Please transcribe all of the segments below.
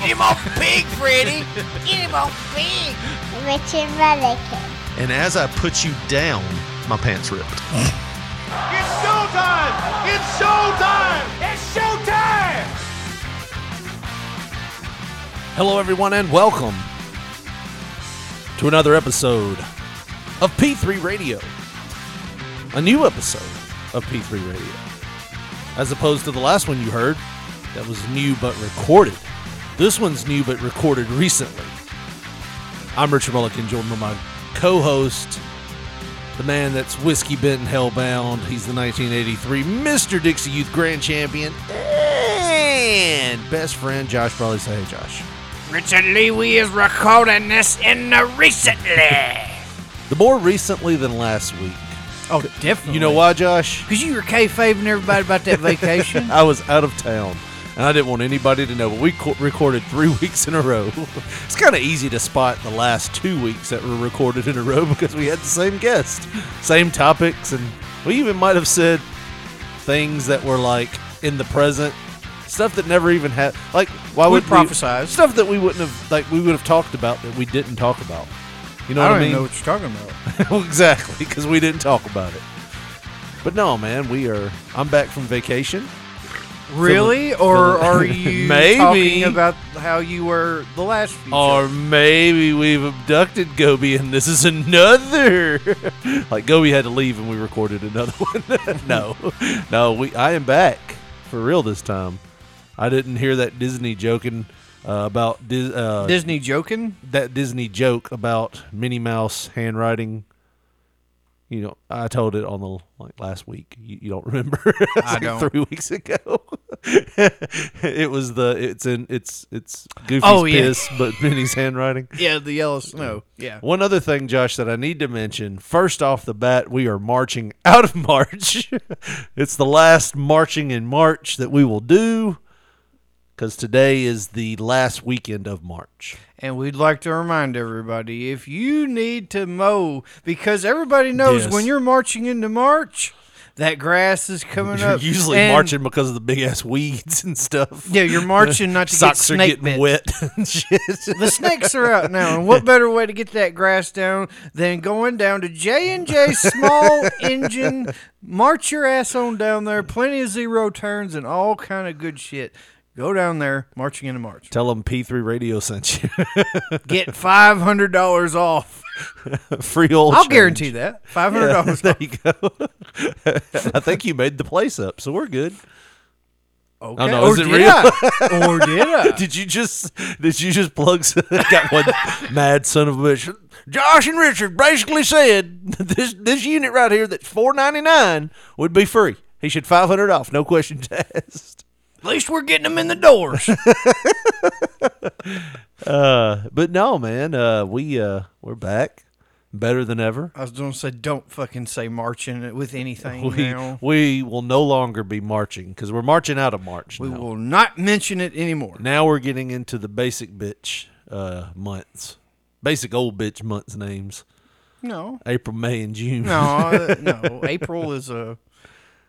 Get him off pig, Freddy. Get him off pig. Richard Mullican. and as I put you down, my pants ripped. Hello, everyone, and welcome to another episode of P3 Radio. A new episode of P3 Radio. As opposed to the last one you heard, that was new but recorded. This one's new but recorded recently. I'm Richard Mullican, joined by my co host, the man that's whiskey bent and hellbound. He's the 1983 Mr. Dixie Youth Grand Champion and best friend, Josh Brawley. Say, hey, Josh. Richard Lewy is recording this in the recently. The more recently than last week. Oh, definitely. You know why, Josh? Because you were kayfaving everybody about that vacation. I was out of town and I didn't want anybody to know, but we co- recorded three weeks in a row. it's kind of easy to spot the last two weeks that were recorded in a row because we had the same guest, same topics, and we even might have said things that were like in the present. Stuff that never even had, like why We would prophesized. stuff that we wouldn't have, like we would have talked about that we didn't talk about. You know I what don't I mean? even know what you're talking about. Well, exactly, because we didn't talk about it. But no, man, we are. I'm back from vacation. Really? Or are you Maybe. talking about how you were the last few Or maybe we've abducted Gobi and this is another. like Gobi had to leave and we recorded another one. no, no, we. I am back for real this time. I didn't hear that Disney joking uh, about Dis, uh, Disney joking? that Disney joke about Minnie Mouse handwriting. You know, I told it on the like last week. You, you don't remember? It's I like don't. Three weeks ago, it was the it's in it's it's Goofy's Oh, yeah. piss, but Minnie's handwriting. Yeah, the yellow snow. Yeah. One other thing, Josh, that I need to mention. First off the bat, we are marching out of March. it's the last marching in March that we will do because today is the last weekend of March. And we'd like to remind everybody if you need to mow, because everybody knows Yes. when you're marching into March, that grass is coming You're up. usually And- marching because of the big ass weeds and stuff. Yeah, you're marching not to Socks are get snake getting bit. wet and shit. The snakes are out now, and what better way to get that grass down than going down to J and J Small Engine? March your ass on down there. Plenty of zero turns and all kind of good shit. Go down there, marching into March. Tell them P3 Radio sent you. Get five hundred dollars off. Free old I'll change. guarantee that five hundred Yeah, dollars. there you go. I think you made the place up, so we're good. Okay. Oh, no, or is it did real? I? Or did I? Did you just did you just plug some- got one mad son of a bitch? Josh and Richard basically said this this unit right here that's four ninety nine would be free. He should five hundred off, no questions asked. At least we're getting them in the doors. Uh, but no, man, uh, we uh, we're back, better than ever. I was gonna say, don't fucking say marching with anything We now. we will no longer be marching because we're marching out of March. We now. will not mention it anymore. Now we're getting into the basic bitch uh, months, basic old bitch months names: No. April, May, and June. No, uh, no. April is a.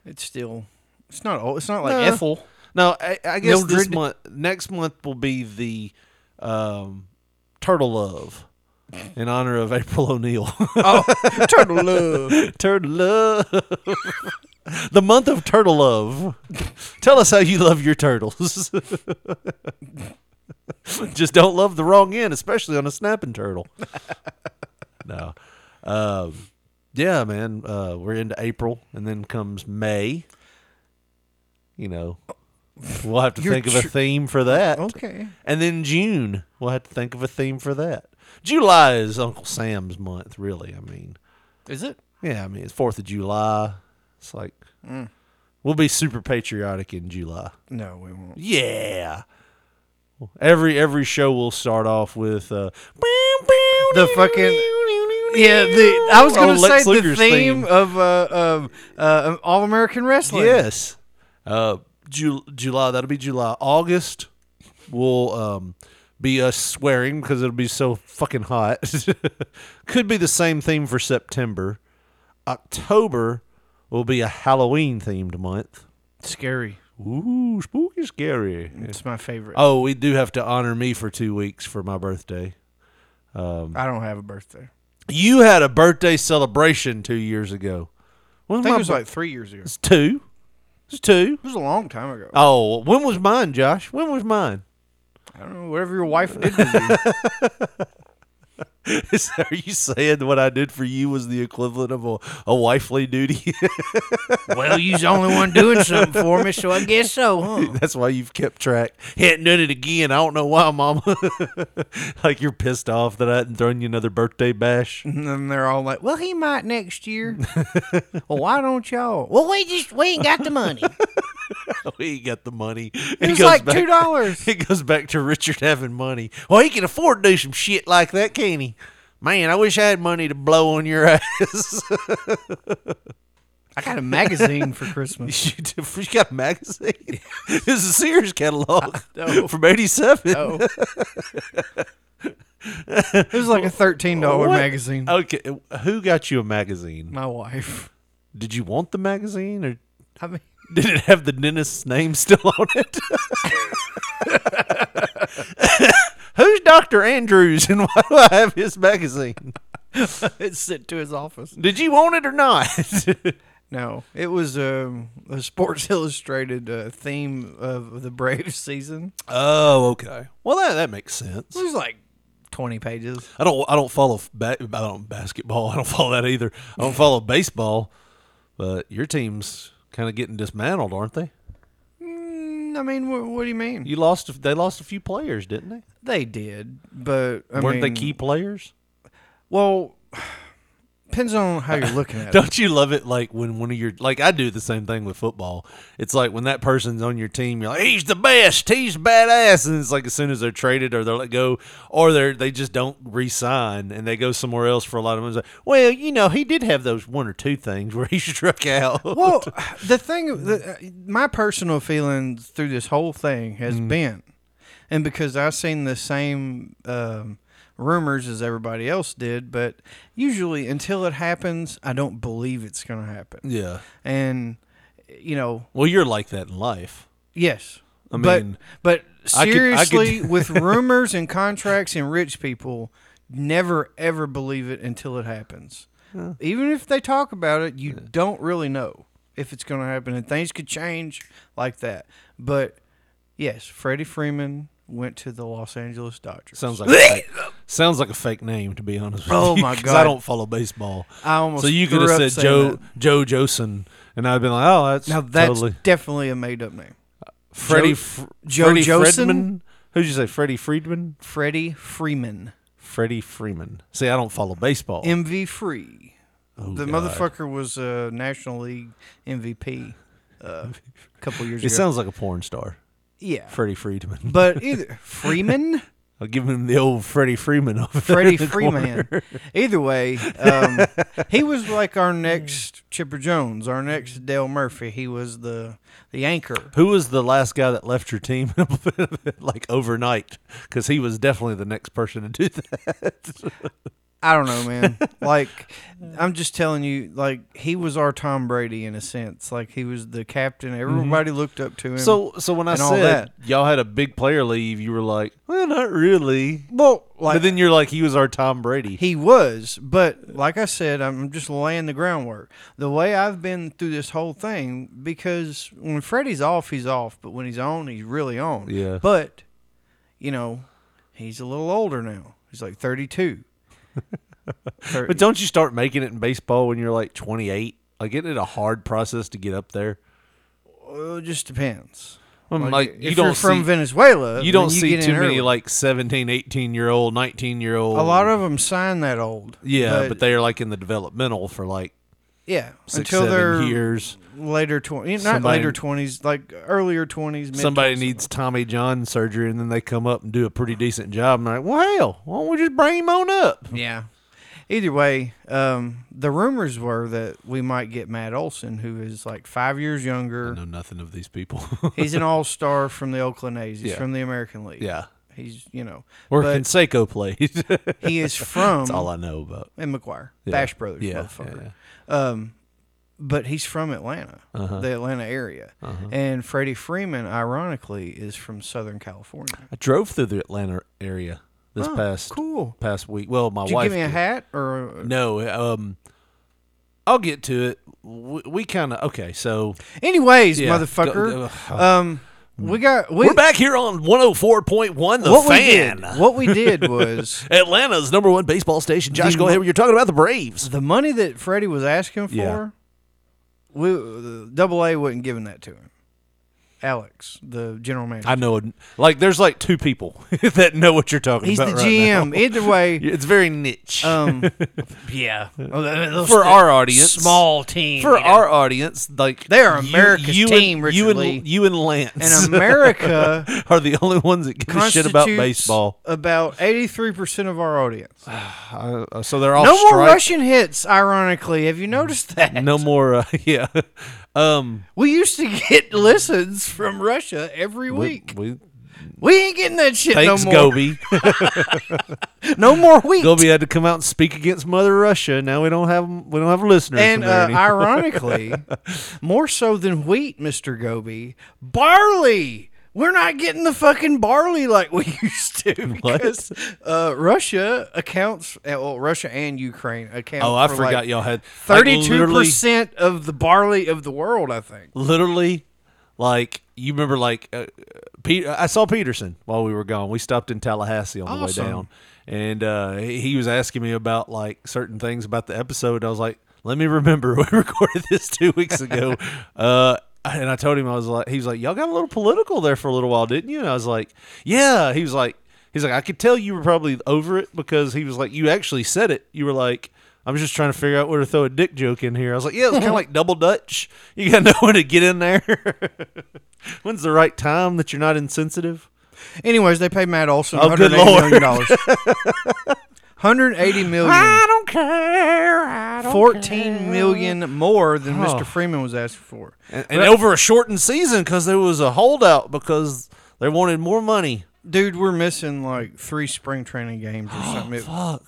It's still. It's not. old. It's not like No. Ethel. No, I, I guess this Mildred. month, next month will be the um, Turtle Love in honor of April O'Neil. Oh, turtle love. turtle Love. the month of Turtle Love. Tell us how you love your turtles. Just don't love the wrong end, especially on a snapping turtle. no. Um, yeah, man. Uh, we're into April, and then comes May. You know, we'll have to You're think of a tr- theme for that. Okay. And then June, we'll have to think of a theme for that. July is Uncle Sam's month, really. I mean, Is it? yeah, I mean, it's 4th of July. It's like, Mm. we'll be super patriotic in July. No, we won't. Yeah. Every every show will start off with uh, The fucking- Yeah, the I was gonna Old Oh, Lex say the Luger's theme, of uh, of uh, All American Wrestling. Yes. Uh, Ju- July. That'll be July. August will um, be us swearing because it'll be so fucking hot. Could be the same theme for September. October will be a Halloween themed month. scary. Ooh, spooky, scary. It's my favorite. Oh, we do have to honor me for two weeks for my birthday. I don't have a birthday. You had a birthday celebration two years ago. When I was think my it was bir- like three years ago. It's two. It's two. It was a long time ago. Oh, when was mine, Josh? When was mine? I don't know. Whatever your wife did to you. Is- Are you saying what I did for you was the equivalent of a, a wifely duty? well, you's the only one doing something for me, so I guess so, huh? That's why you've kept track. Hadn't done it again. I don't know why, Mama. like you're pissed off that I hadn't thrown you another birthday bash. And then they're all like, "Well, he might next year." well, why don't y'all? Well, we just we ain't got the money. It we ain't got the money. It, was goes like back- two dollars. It goes back to Richard having money. Well, he can afford to do some shit like that, can he? Man, I wish I had money to blow on your ass. I got a magazine for Christmas. you, did- you got a magazine? This is a Sears catalog from '87. Oh. it was like a thirteen dollar What? magazine. Okay, who got you a magazine? My wife. Did you want the magazine, or I mean, did it have the dentist's name still on it? Who's Doctor Andrews, and why do I have his magazine? it's sent to his office. Did you want it or not? No, it was um, a Sports Illustrated uh, theme of the Braves season. oh, okay. Well, that that makes sense. It was like twenty pages. I don't I don't follow ba- I don't basketball. I don't follow that either. I don't follow baseball. But your team's kind of getting dismantled, aren't they? Mm, I mean, what, what do you mean? You lost. a- They lost a few players, didn't they? They did, but I Weren't they mean- key players? Well, depends on how you're looking at it. Don't you love it? Like when one of your like I do the same thing with football. It's like when that person's on your team, you're like, he's the best, he's badass, and it's like as soon as they're traded or they're let go or they are they just don't re-sign and they go somewhere else for a lot of money. It's like, well, you know, he did have those one or two things where he struck out. Well, the thing, the, uh, my personal feelings through this whole thing has been, and because I've seen the same um, rumors as everybody else did, but usually until it happens, I don't believe it's going to happen. yeah. And you know, Well, you're like that in life. yes, I but mean, I but could- I could- seriously, with rumors and contracts and rich people, never ever believe it until it happens. Even if they talk about it, you don't really know if it's going to happen, and things could change like that. But yes, Freddie Freeman went to the Los Angeles Dodgers. Sounds like a fake, sounds like a fake name to be honest. With Oh, you, my 'cause God. I don't follow baseball. I almost so you threw could have up said saying Joe that. Joe Joson, and I've been like, oh, that's Now that's totally definitely a made up name, Freddie Joe- Fr- Joe Freddie Joson? Friedman. Who'd you say? Freddie Friedman? Freddie Freeman, Freddie Freeman. See, I don't follow baseball. MV Free. Oh, the God. motherfucker was a National League MVP uh, a couple years It ago. sounds like a porn star, yeah, Freddie Friedman. But either Freeman, I'll give him the old Freddie Freeman over Freddie the corner. Freeman. Either way, um, he was like our next Chipper Jones, our next Dale Murphy. He was the the anchor. Who was the last guy that left your team like overnight? Because he was definitely the next person to do that. I don't know, man. like I'm just telling you, like he was our Tom Brady in a sense. Like he was the captain. Everybody looked up to him. Mm-hmm. so, so when I And said all that. y'all had a big player leave, you were like, "Well, not really." well, like but then you're like, "He was our Tom Brady." He was, but like I said, I'm just laying the groundwork. The way I've been through this whole thing, because when Freddie's off, he's off, but when he's on, he's really on. Yeah. But, you know, he's a little older now. He's like 32. Thir- But don't you start making it in baseball when you're like 28? Like, isn't it a hard process to get up there? well, it just depends. I'm Mm, like, if you don't are from see, Venezuela, you don't then see get in too many early. like 17, 18 year old, 19 year old. a lot of them sign that old. yeah, but, they're like in the developmental for like Yeah, six, until seven they're years. later twenties, not Somebody- later twenties, like earlier twenties. Somebody needs Tommy John surgery, and then they come up and do a pretty decent job. And like, well, hell, why don't we just bring him on up? Yeah. Either way, um, the rumors were that we might get Matt Olson, who is like five years I younger. know nothing of these people. He's an all star from the Oakland A's. He's Yeah. from the American League. yeah, He's, you know, where but Conseco plays. That's he is from all I know about. and McGuire, Yeah. Bash Brothers, Yeah, motherfucker. yeah, Um, but he's from Atlanta, Uh-huh. the Atlanta area. And Freddie Freeman, ironically, is from Southern California. I drove through the Atlanta area this Oh, past cool. past week. Well, my Did you wife give me a did. hat or No, um, I'll get to it. We, we kind of okay. So anyways, Yeah. motherfucker? Go- go- um, we got we, uh, we, are back here on one hundred four point one. The what fan. we did. What we did was Atlanta's number one baseball station. Josh, The go mo- ahead. You're talking about the Braves. the money that Freddie was asking for. Yeah. We the Double A wasn't giving that to him. Alex, the general manager, I know. Like, there's like two people that know what you're talking he's the about. right now. GM. Either way, It's very niche. um, Yeah. for our audience, Small team. for you know. our audience, like They are America's team, and, Richard you and Lee. you and Lance and America are the only ones that give a shit about constitutes baseball. About eighty three percent of our audience. Uh, so they're all no more strike- Mm. Russian hits. Ironically, have you noticed that? No more. Uh, yeah. Um. We used to get listens from Russia every week. We, we, We, ain't getting that shit thanks, no more. Gobi. No more wheat. Gobi had to come out and speak against Mother Russia. Now we don't have we don't have listeners. And from there uh, anymore. ironically, more so than wheat, Mr. Goby, barley. We're not getting the fucking barley like we used to What? because uh, Russia accounts, uh, well, Russia and Ukraine account. oh, I for, forgot like, y'all had like, Thirty-two literally- percent of the barley of the world, I think. literally like you remember like uh, Pete, I saw Peterson while we were gone. We stopped in Tallahassee on the Awesome. way down, and uh, he he was asking me about like certain things about the episode. I was like, "Let me remember we recorded this two weeks ago," uh, and I told him I was like, "He was like, y'all got a little political there for a little while, didn't you?" And I was like, "Yeah." He was like, "He's like, I could tell you were probably over it because he was like, you actually said it. You were like." I was just trying to figure out where to throw a dick joke in here. I was like, yeah, it was kind of like double Dutch. You got to know when to get in there. When's the right time that you're not insensitive? Anyways, they paid Matt Olson Oh, good $180 million dollars. Hundred eighty million, don't care. I fourteen million more than Oh. Mr. Freeman was asking for. And, and over a shortened season because there was a holdout because they wanted more money. Dude, we're missing like three spring training games or Oh, something.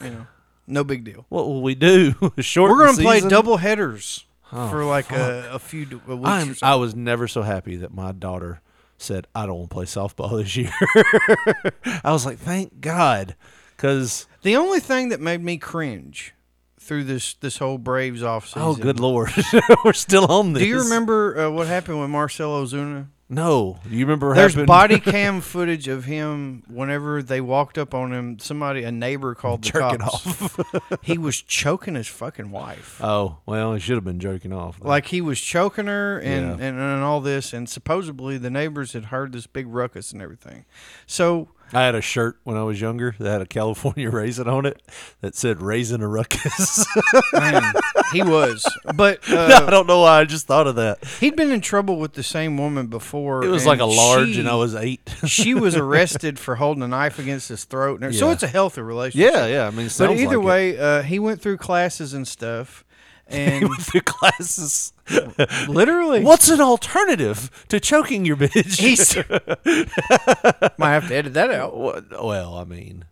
It- You know, no big deal. What will we do? Short. We're gonna play double headers for like a, a few d- a weeks. or Oh, I'm, something. I was never so happy that my daughter said, "I don't want to play softball this year." I was like, "Thank God," because the only thing that made me cringe through this this whole Braves offseason. oh, good lord, we're still on this. Do you remember uh, what happened with Marcelo Zuna? No, you remember? what There's happened? body cam footage of him whenever they walked up on him. Somebody, a neighbor, called the Jerking cops. he was choking his fucking wife. oh well, he should have been jerking off. like he was choking her and, Yeah. and and all this, and supposedly the neighbors had heard this big ruckus and everything. So I had a shirt when I was younger that had a California raisin on it that said "Raisin a Ruckus." man, he was, but I uh, don't know why I just thought of that. he'd been in trouble with the same woman before. It was and like a large, she- and I was eight. she was arrested for holding a knife against his throat, and so Yeah. it's a healthy relationship. yeah, yeah. I mean, it but sounds either like it. way, uh, he went through classes and stuff, and the classes. literally, What's an alternative to choking your bitch? He's- might have to edit that out. What- well, I mean,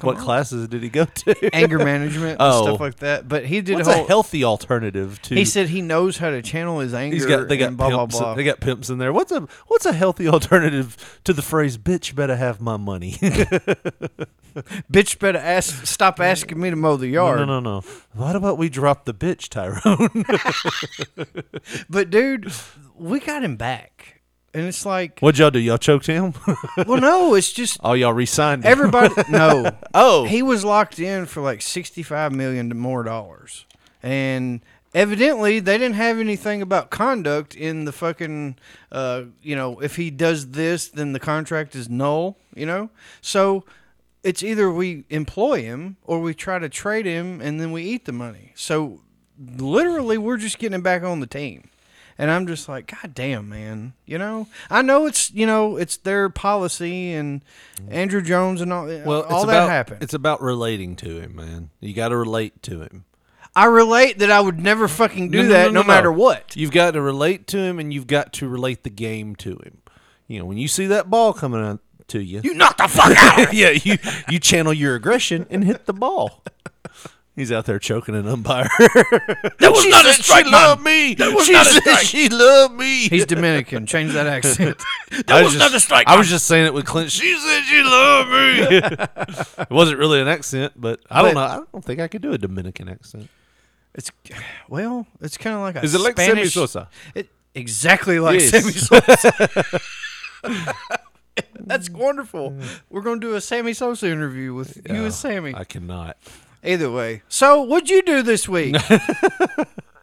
what classes did he go to? Anger management and Oh. stuff like that. But he did What's a a whole. healthy alternative to? he said he knows how to channel his anger. He's got they got and blah blah pimps, blah. they got pimps in there. What's a what's a healthy alternative to the phrase "bitch better have my money"? bitch better ask stop asking me to mow the yard. No, no, no. What about we drop the bitch, Tyrone? But dude, we got him back. And it's like What'd y'all do? Y'all choked him? well no, it's just oh, y'all resigned him. everybody no. oh, He was locked in for like sixty five million more dollars. And evidently they didn't have anything about conduct in the fucking uh you know, if he does this then the contract is null, you know? So it's either we employ him or we try to trade him and then we eat the money. So literally we're just getting him back on the team. And I'm just like, God damn, man. You know, I know it's you know it's their policy and Andrew Jones and all Well, all it's that about, happened. It's about relating to him, man. You got to relate to him. I relate that I would never fucking do that no, matter what. You've got to relate to him, and you've got to relate the game to him. You know, when you see that ball coming up to you, You knock the fuck out! yeah, you you channel your aggression and hit the ball. He's out there choking an umpire. That was not a said strike, she man. loved me. That was she not a said strike. she loved me. He's Dominican. Change that accent. I was not a strike, I was man. just saying it with clenched. She said she loved me. it wasn't really an accent, but I don't know. I don't think I could do a Dominican accent. It's well, it's kind of like a Is it like Sammy Spanish, Sosa? It, exactly like Yes. Sammy Sosa. That's wonderful. We're gonna do a Sammy Sosa interview with you No, and Sammy. I cannot. Either way. So, what'd you do this week?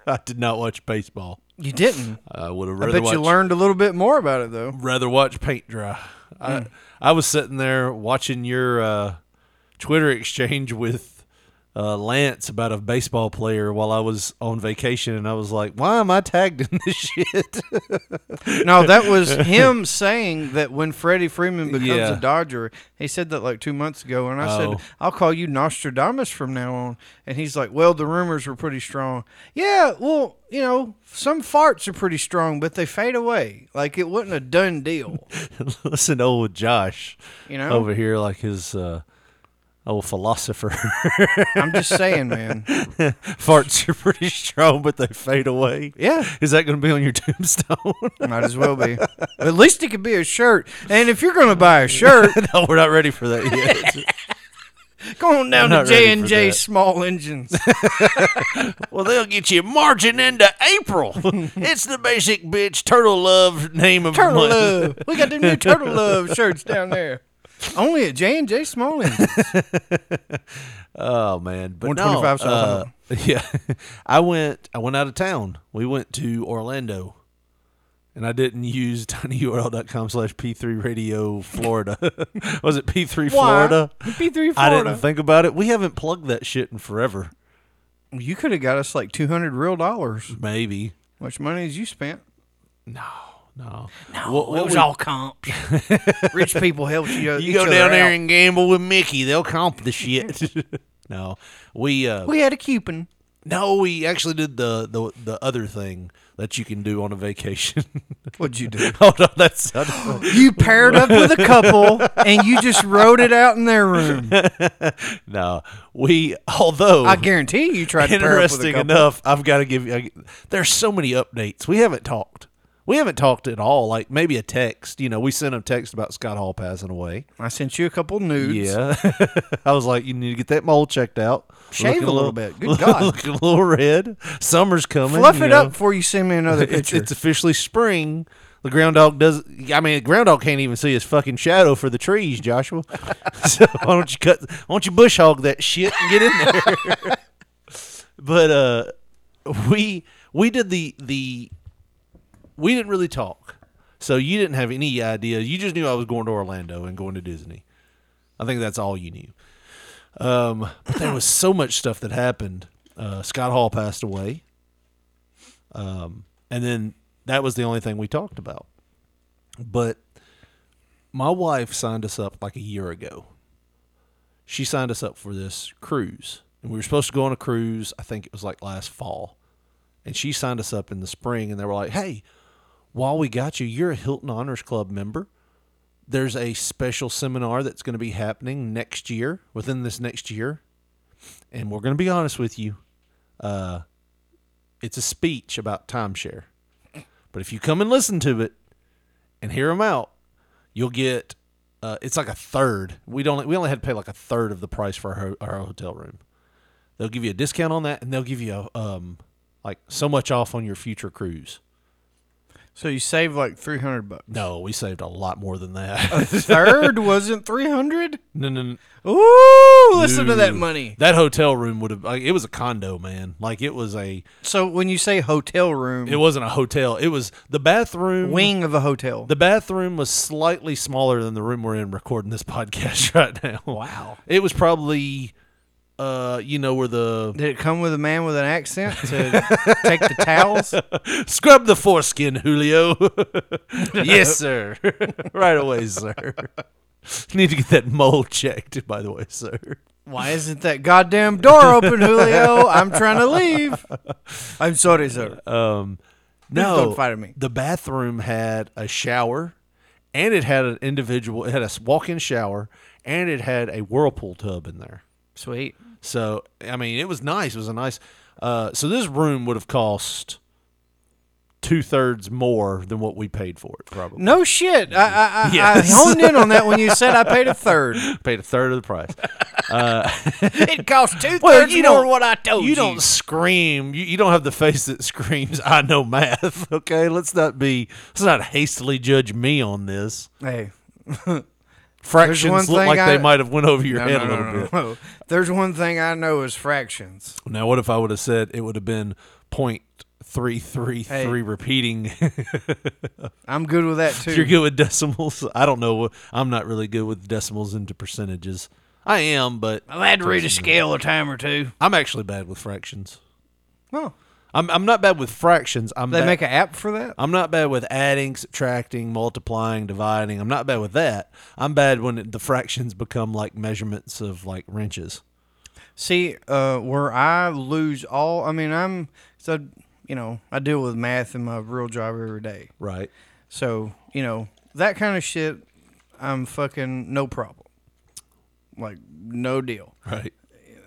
I did not watch baseball. you didn't. I would have I rather bet watched you learned a little bit more about it though. rather watch paint dry. Hmm. I I was sitting there watching your uh, Twitter exchange with uh, Lance about a baseball player while I was on vacation, and I was like, "Why am I tagged in this shit?" No, that was him saying that when Freddie Freeman becomes Yeah. a Dodger, he said that like two months ago, and I Oh. said I'll call you Nostradamus from now on, and he's like, "Well, the rumors were pretty strong. Yeah, well, you know, some farts are pretty strong, but they fade away. Like it wasn't a done deal, Listen, to old Josh you know." over here, like his uh, old philosopher. I'm just saying, man. Farts are pretty strong, but they fade away. Yeah. is that going to be on your tombstone? Might as well be. At least it could be a shirt. And if you're gonna buy a shirt, no, we're not ready for that yet. go on down I'm to not ready J for and J that. Small Engines. Well, they'll get you margin into April. it's the basic bitch turtle love name of Turtle month. Love. We got them new Turtle Love shirts down there. Only at J and J Small Engines. Oh man, but no, 125 uh, yeah, I went. I went out of town. We went to Orlando, and I didn't use tinyurl.com slash p3 radio Florida. Was it p3 Florida? P three Florida. I didn't think about it. We haven't plugged that shit in forever. you could have got us like two hundred real dollars. Maybe. Much money as you spent. No. No. What, what It was we- all comps. Rich people helped you. uh, you go down there and gamble with Mickey. They'll comp the shit. no, we uh, we had a coupon. no, we actually did the, the the other thing that you can do on a vacation. What'd you do? Hold on, that's I don't- You paired up with a couple and you just rode it out in their room. no. We although I guarantee you tried to pair up with a interesting couple. enough, I've got to give you. I, there's so many updates. We haven't talked. We haven't talked at all. Like maybe a text. You know, we sent a text about Scott Hall passing away. I sent you a couple nudes. Yeah, I was like, you need to get that mole checked out. Shave Looking a little bit. Good God. looking a little red. Summer's coming. Fluff you it know. up before you send me another It's, picture. it's officially spring. The groundhog does. I mean, the groundhog can't even see his fucking shadow for the trees, Joshua. so why don't you cut? Why don't you bush hog that shit and get in there? but uh, we we did the the we didn't really talk. So you didn't have any idea. You just knew I was going to Orlando and going to Disney. I think that's all you knew. Um, but there was so much stuff that happened. Uh, Scott Hall passed away. Um, and then that was the only thing we talked about. But my wife signed us up like a year ago. She signed us up for this cruise. And we were supposed to go on a cruise, I think it was like last fall. And she signed us up in the spring and they were like, "Hey, while we got you, you're a Hilton Honors Club member. There's a special seminar that's going to be happening next year, within this next year. And we're going to be honest with you. Uh, it's a speech about timeshare. But if you come and listen to it and hear them out, you'll get uh, it's like a third. We don't we only had to pay like a third of the price for our, ho- our hotel room. They'll give you a discount on that, and they'll give you a, um like so much off on your future cruise. so you saved like three hundred bucks. No, we saved a lot more than that. Third wasn't three hundred. no, no, no. Ooh, listen to that Ooh. money. That hotel room would have like, it was a condo, man. Like it was a So when you say hotel room, it wasn't a hotel. It was the bathroom wing of a hotel. The bathroom was slightly smaller than the room we're in recording this podcast right now. Wow. It was probably uh, you know, where the Did it come with a man with an accent to take the towels? scrub the foreskin, Julio. yes, sir. right away, sir. Need to get that mole checked, by the way, sir. Why isn't that goddamn door open, Julio? I'm trying to leave. I'm sorry, sir. Um, No, don't fight at me. The bathroom had a shower, and it had an individual. It had a walk-in shower, and it had a whirlpool tub in there. Sweet. So I mean, it was nice. It was a nice. Uh, so this room would have cost two thirds more than what we paid for it. Probably No shit. I, I, I, Yes. I honed in on that when you said I paid a third. paid a third of the price. It cost two Oh, You don't scream. You, you don't have the face that screams. I know math. Okay, let's not be. Let's not hastily judge me on this. Hey, one Fractions look thing like I- they might have went over your head a little bit. no. There's one thing I know is fractions. Now, what if I would have said it would have been point three three three repeating? I'm good with that too. You're good with decimals. I don't know. I'm not really good with decimals into percentages. I am, but I've had to read a scale a time or two. I'm actually bad with fractions. Oh, I'm I'm not bad with fractions. I'm they bad, make an app for that. I'm not bad with adding, subtracting, multiplying, dividing. I'm not bad with that. I'm bad when it, the fractions become like measurements of like wrenches. See, uh, where I lose all. I mean, I'm so you know I deal with math in my real job every day. Right. So you know that kind of shit. I'm fucking no problem. Like no deal. Right.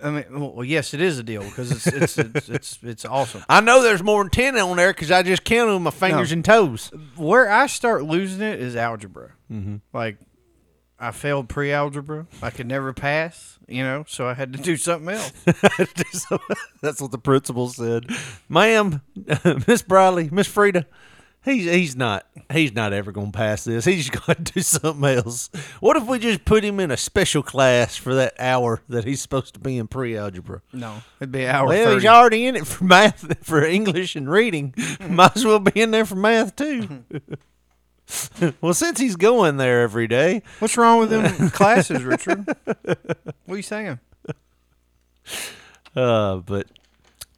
I mean, well, yes, it is a deal because it's it's, it's it's it's awesome. I know there's more than ten on there because I just counted with my fingers No. and toes. Where I start losing it is algebra. Mm-hmm. Like I failed pre-algebra. I could never pass. You know, so I had to do something else. That's what the principal said. Ma'am, Miss Briley, Miss Frida, he's he's not he's not ever gonna pass this. He's gonna do something else. What if we just put him in a special class for that hour that he's supposed to be in pre algebra? No, it'd be an hour. Well, 30. he's already in it for math for English and reading. Might as well be in there for math too. well, since he's going there every day, What's wrong with them classes, Richard? What are you saying? uh, but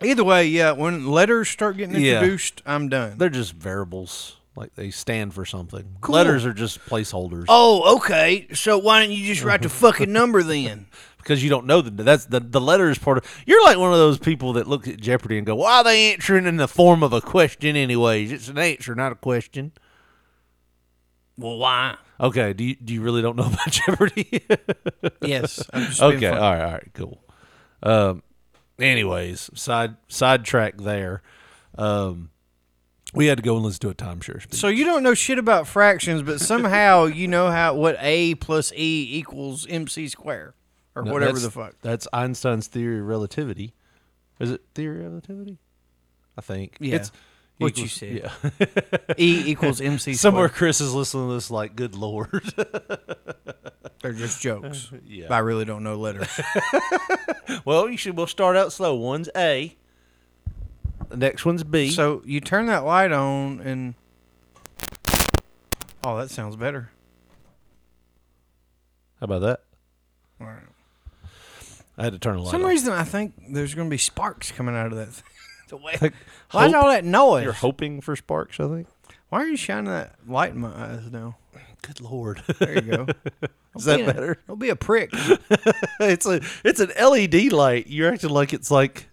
Either way, yeah. When letters start getting Yeah. introduced, I'm done. they're just variables. Like they stand for something. Letters are just placeholders. oh, okay. So why don't you just write the fucking number then? because you don't know the that's the the letter is part of. You're like one of those people that look at Jeopardy and go, "Why are they answering in the form of a question, anyways? It's an answer, not a question." Well, why? Okay, do you do you really don't know about Jeopardy? Yes. I'm just being okay, funny. all right, all right, cool. Um, anyways, side sidetrack there. Um, we had to go and listen to a timeshare speech. So you don't know shit about fractions, but somehow you know how what a plus e equals mc square or No, whatever that's- the fuck. That's Einstein's theory of relativity. Is it theory of relativity? I think. Yeah. It's What you equals- said. Yeah. E equals mc square. Somewhere Chris is listening to this like, good lord. They're just jokes. yeah. I really don't know letters. well, you should we'll start out slow. One's A. The next one's B. So you turn that light on and Oh, that sounds better. how about that? All right. I had to turn a For light some on. reason I think there's gonna be sparks coming out of that thing. The way- Like, Why's hope- all that noise? You're hoping for sparks, I think. Why are you shining that light in my eyes now? Good lord. There you go. is that Being a- better? Don't be a prick. it's a it's an LED light. You're acting like it's like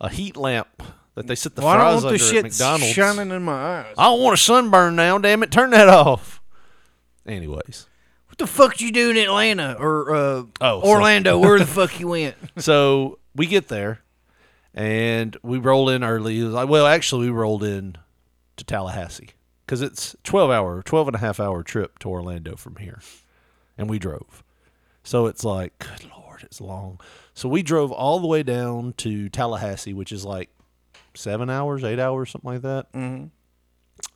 a heat lamp that they set the Why don't I fries want under this at shit McDonald's. shining in my eyes? I don't want a sunburn now, damn it. Turn that off. Anyways. What the fuck you do in Atlanta or uh, Oh, Orlando? Where the fuck you went? So we get there and we roll in early. It was like, well, actually, we rolled in to Tallahassee because it's 12 hour, 12 and a half hour trip to Orlando from here. And we drove. So it's like, good Lord, it's long. So we drove all the way down to Tallahassee, which is like seven hours, eight hours, something like that. Mm-hmm.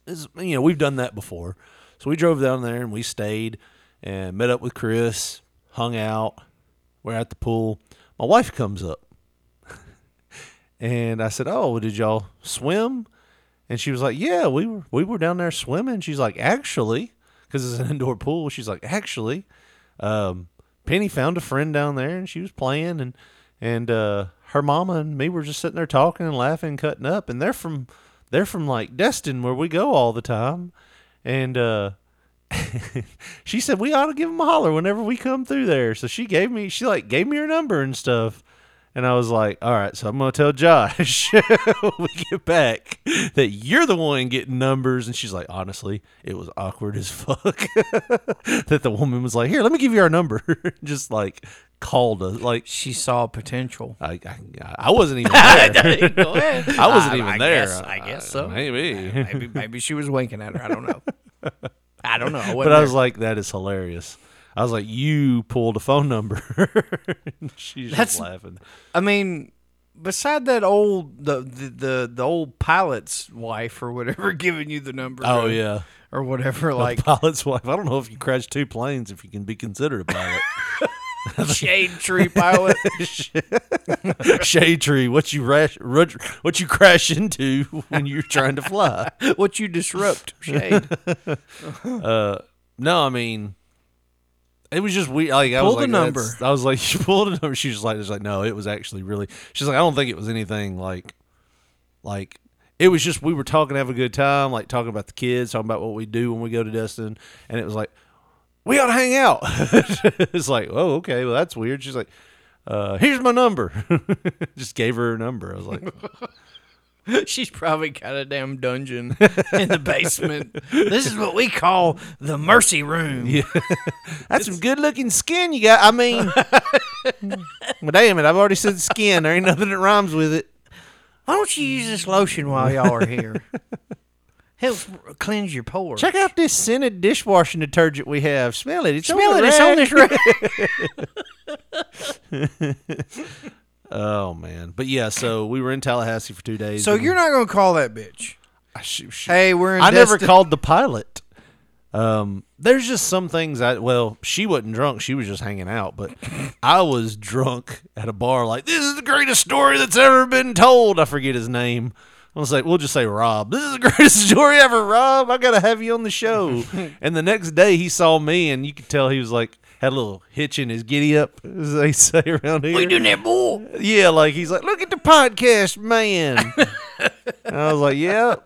It's, you know, we've done that before. So we drove down there and we stayed and met up with Chris, hung out. We're at the pool. My wife comes up. and I said, "Oh, did y'all swim?" And she was like, "Yeah, we were we were down there swimming." She's like, "Actually, cuz it's an indoor pool." She's like, "Actually, um, Penny found a friend down there and she was playing and and uh, her mama and me were just sitting there talking and laughing, and cutting up. And they're from they're from like Destin, where we go all the time. And uh, she said we ought to give them a holler whenever we come through there. So she gave me she like gave me her number and stuff. And I was like, all right, so I'm gonna tell Josh when we get back that you're the one getting numbers. And she's like, honestly, it was awkward as fuck that the woman was like, here, let me give you our number, just like called us, like She saw potential. I, I, I wasn't even there. I wasn't I- even I there. guess- I guess so. Maybe. Maybe, maybe she was winking at her. I don't know. I don't know. But I was like, that is hilarious. I was like, you pulled a phone number. And She's That's- just laughing. I mean, beside that old the, the the the old pilot's wife or whatever giving you the number. Oh or- yeah, or whatever. like Like pilot's wife. I don't know if you crashed two planes if you can be considered a pilot. shade tree pilot. Shade tree, what you rash, rud- what you crash into when you're trying to fly. what you disrupt? Shade. No, I mean, it was just weird. Like I Pull was the like, number. that's- I was like, she pulled a number. She's like, just like, no, it was actually really. She's like, I don't think it was anything like, like it was just we were talking, having a good time, like talking about the kids, talking about what we do when we go to Destin, and it was like, we ought to hang out. it's like, oh, okay, well that's weird. She's like, uh, here's my number. just gave her her number. I was like, She's probably got a damn dungeon in the basement. this is what we call the mercy room. that's some good looking skin you got. I mean, but damn it, I've already said skin. There ain't nothing that rhymes with it. Why don't you use this lotion while y'all are here? Helps cleanse your pores. Check out this scented dishwashing detergent we have. Smell it. It's Smell on it. the It's on rack. this rack. Oh man, but yeah. So we were in Tallahassee for two days. So and- you're not gonna call that bitch. I, shoot, shoot. Hey, we're in. I never Destin- called the pilot. Um, there's just some things I well, she wasn't drunk. She was just hanging out, but I was drunk at a bar. Like this is the greatest story that's ever been told. I forget his name. I was like, we'll just say Rob. This is the greatest story ever, Rob. I gotta have you on the show. and the next day, he saw me, and you could tell he was like had a little hitch in his giddy up, as they say around here. that bull. Yeah, like he's like, look at the podcast, man. and I was like, yeah,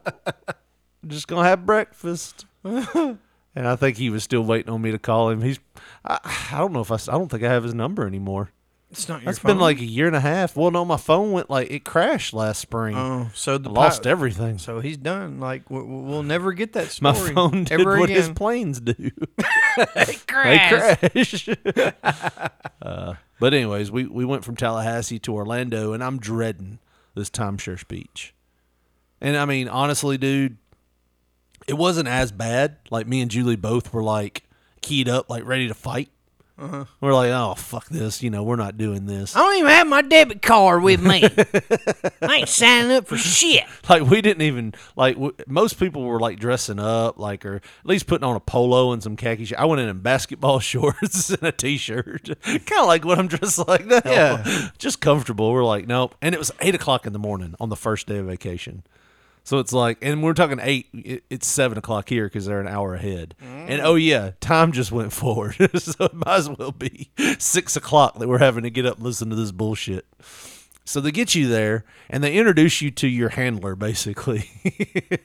just gonna have breakfast. and I think he was still waiting on me to call him. He's, I, I don't know if I, s- I don't think I have his number anymore. It's not your That's phone. been like a year and a half. Well, no, my phone went like it crashed last spring. Oh, so I the lost pi- everything. So he's done. Like we- we- we'll never get that my story. phone did ever what his again. planes do. they crash. uh, but anyways, we, we went from Tallahassee to Orlando, and I'm dreading this timeshare speech. And I mean, honestly, dude, it wasn't as bad. Like me and Julie both were like keyed up, like ready to fight. Uh-huh. We're like, oh fuck this, you know, we're not doing this. I don't even have my debit card with me. I ain't signing up for shit. Like we didn't even like w- most people were like dressing up, like or at least putting on a polo and some khaki. Sh- I went in in basketball shorts and a t-shirt, kind of like what I'm dressed like now. Yeah. just comfortable. We're like, nope. And it was eight o'clock in the morning on the first day of vacation. So it's like, and we're talking eight. It, it's seven o'clock here because they're an hour ahead. And oh yeah, time just went forward, so it might as well be six o'clock that we're having to get up and listen to this bullshit. So they get you there and they introduce you to your handler, basically.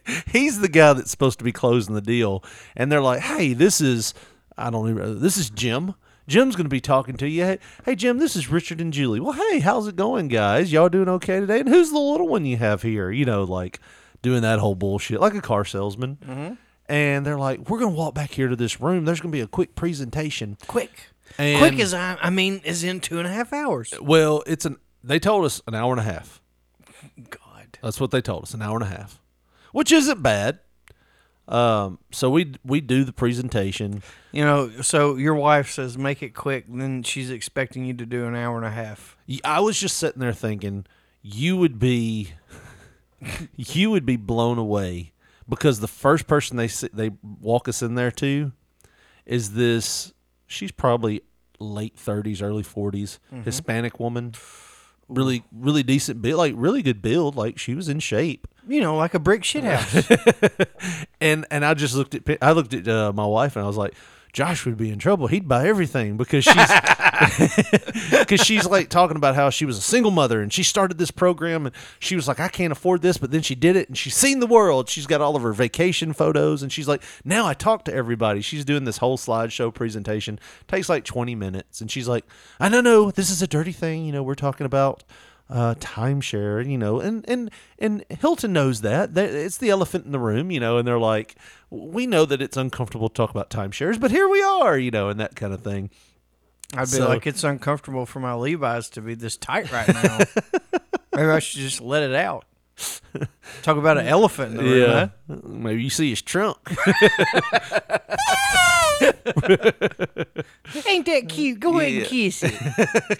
He's the guy that's supposed to be closing the deal. And they're like, hey, this is, I don't even, this is Jim. Jim's going to be talking to you. Hey, hey, Jim, this is Richard and Julie. Well, hey, how's it going, guys? Y'all doing okay today? And who's the little one you have here? You know, like doing that whole bullshit, like a car salesman. And they're like, we're going to walk back here to this room. There's going to be a quick presentation. Quick. Quick And- as I, I mean, is in two and a half hours. Well, it's an, they told us an hour and a half. God. That's what they told us, an hour and a half, which isn't bad. Um, so we we do the presentation. You know, so your wife says make it quick, then she's expecting you to do an hour and a half. Y- I was just sitting there thinking, you would be, you would be blown away because the first person they s- they walk us in there to is this. She's probably late thirties, early 40s Hispanic woman, really really decent build, like really good build, like she was in shape. You know, like a brick shit house. and and I just looked at Pi- I looked at uh, my wife and I was like, Josh would be in trouble. He'd buy everything because she's because she's like talking about how she was a single mother and she started this program and she was like, I can't afford this, but then she did it and she's seen the world. She's got all of her vacation photos and she's like, now I talk to everybody. She's doing this whole slideshow presentation, takes like 20 minutes, and she's like, I don't know, this is a dirty thing. You know, we're talking about uh, timeshare, you know, and and and Hilton knows that. That it's the elephant in the room, you know, and they're like, we know that it's uncomfortable to talk about timeshares, but here we are, you know, and that kind of thing. I'd be So- like, it's uncomfortable for my Levi's to be this tight right now. Maybe I should just let it out. Talk about an elephant in the room. huh? maybe you see his trunk. Ain't that cute? Go ahead and kiss it.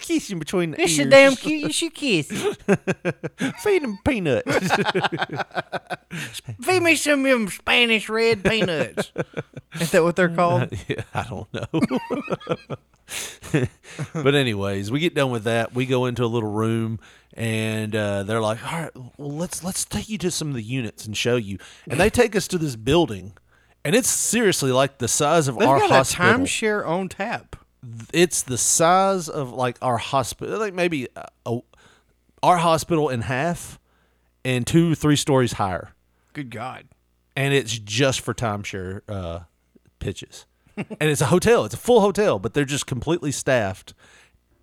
Kiss him between the It's so ears. damn cute. You should kiss it. Feed him peanuts. Feed me some of them Spanish red peanuts. Is that what they're called? Yeah, I don't know. but anyways, we get done with that. We go into a little room, and uh, they're like, "All right, well let's let's take you to some of the units and show you." And they take us to this building, and it's seriously like the size of They've our got hospital. a timeshare on tap. it's the size of like our hospital, like maybe uh, a, our hospital in half, and two three stories higher. Good God. and it's just for timeshare uh, pitches. and it's a hotel. It's a full hotel, but they're just completely staffed,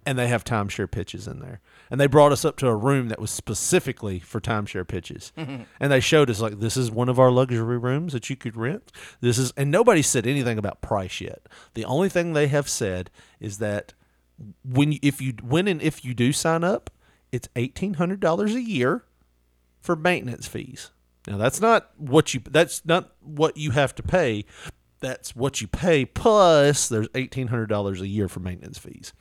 and they have timeshare pitches in there. And they brought us up to a room that was specifically for timeshare pitches, and they showed us like this is one of our luxury rooms that you could rent. This is, and nobody said anything about price yet. The only thing they have said is that when you- if you when and if you do sign up, it's eighteen hundred dollars a year for maintenance fees. Now that's not what you that's not what you have to pay. That's what you pay plus there's eighteen hundred dollars a year for maintenance fees.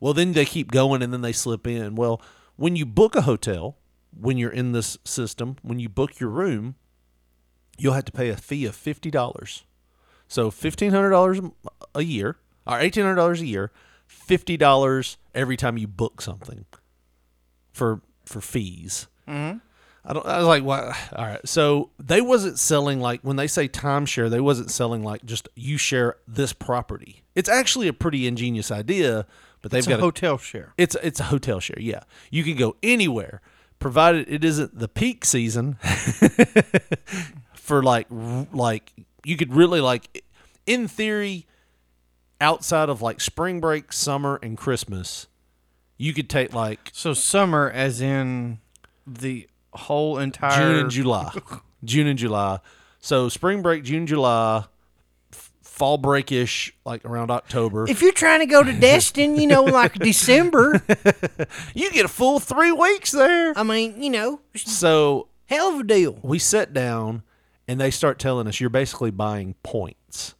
Well, then they keep going and then they slip in. Well, when you book a hotel, when you're in this system, when you book your room, you'll have to pay a fee of fifty dollars. So fifteen hundred dollars a year, or eighteen hundred dollars a year, fifty dollars every time you book something for for fees. Mm-hmm. I don't. I was like, "What?" All right. So they wasn't selling like when they say timeshare, they wasn't selling like just you share this property. It's actually a pretty ingenious idea, but they've It's got a hotel share. it's it's a hotel share. Yeah, you can go anywhere, provided it isn't the peak season. for like r- like you could really like in theory, outside of like spring break, summer, and Christmas, you could take like So summer, as in the whole entire June and July. June and July. So spring break, June, July, f- fall breakish, like around October. If you're trying to go to Destin, you know, like December, you get a full three weeks there. I mean, you know, So hell of a deal. we sat down and they start telling us you're basically buying points.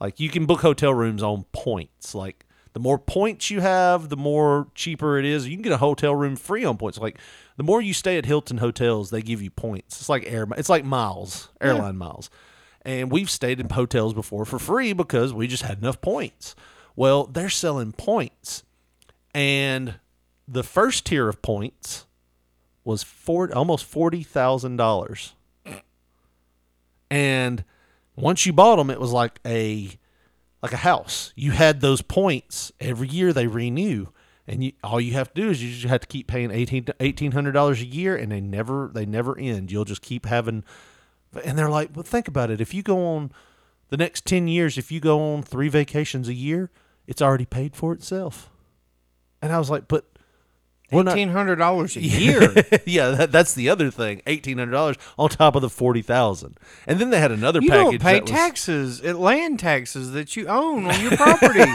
Like you can book hotel rooms on points. Like the more points you have, the more cheaper it is. You can get a hotel room free on points. Like the more you stay at Hilton hotels, they give you points. It's like air it's like miles, airline miles. And we've stayed in hotels before for free because we just had enough points. Well, they're selling points. And the first tier of points was four, almost forty thousand dollars. And once you bought them, it was like a like a house. You had those points every year; they renew, and you, all you have to do is you just have to keep paying eighteen eighteen hundred dollars a year, and they never they never end. You'll just keep having. And they're like, well, think about it. If you go on the next ten years, if you go on three vacations a year, it's already paid for itself. And I was like, but we're not- Eighteen hundred dollars a year. yeah, that, that's the other thing. Eighteen hundred dollars on top of the forty thousand, and then they had another You package. don't pay that was- taxes at land taxes that you own on your property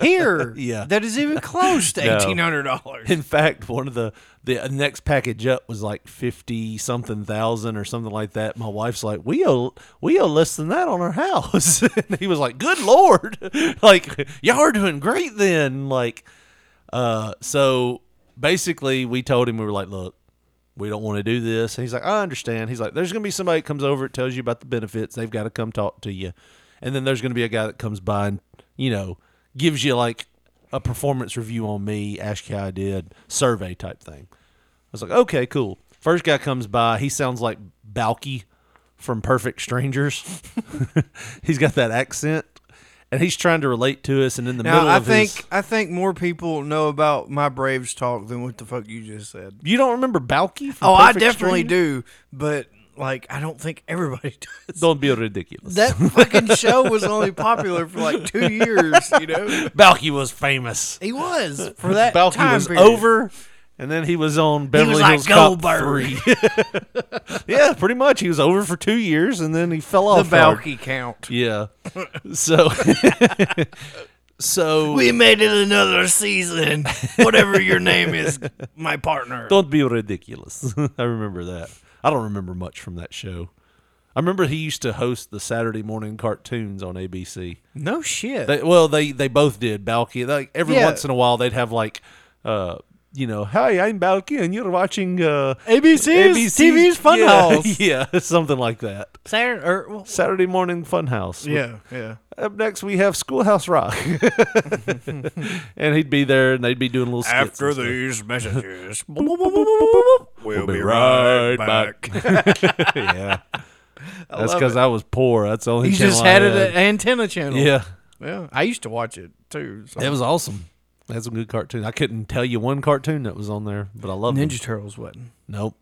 here. Yeah. that is even close to No. eighteen hundred dollars. In fact, one of the the uh, next package up was like fifty something thousand or something like that. My wife's like, "We owe we owe less than that on our house." and he was like, "Good lord, like y'all are doing great then." Like, uh, so basically, we told him we were like, "Look, we don't want to do this. And he's like, I understand. He's like, there's going to be somebody that comes over, that tells you about the benefits. They've got to come talk to you. And then there's going to be a guy that comes by and, you know, gives you like a performance review on me, ask you how I did, survey type thing. I was like, okay, cool. First guy comes by. He sounds like Balky from Perfect Strangers. he's got that accent. and he's trying to relate to us. And in the Now middle, I of think his- I think more people know about my Braves talk than what the fuck you just said. you don't remember Balky. From Oh, I Perfect definitely Strangers? do, but like I don't think everybody does. Don't be ridiculous. That fucking show was only popular for like two years, you know. Balky was famous. He was for that Balky time was period. over, and then he was on Beverly was like Hills Cop Goldberg. three. yeah, pretty much. He was over for two years, and then he fell the off. hard. Balky count. Yeah. So. so We made it another season. Whatever your name is, my partner. Don't be ridiculous. I remember that. I don't remember much from that show. I remember he used to host the Saturday morning cartoons on ABC. No shit. They, well, they they both did. Balky, like every Yeah. once in a while, they'd have like, uh, you know, hi, I'm Balky, and you're watching uh, ABC's TV's Funhouse. yeah, er, yeah, something like that. Saturn or well, Saturday morning Funhouse. yeah, yeah. Up next, we have Schoolhouse Rock, and he'd be there, and they'd be doing little skits and stuff. messages, We'll be right back. yeah. That's love because I was poor. That's the only. He channel just I had it at antenna channel. uh, Yeah, yeah. I used to watch it too. so- it was awesome. That's some good cartoon. I couldn't tell you one cartoon that was on there, but I love Ninja Turtles wasn't, Nope.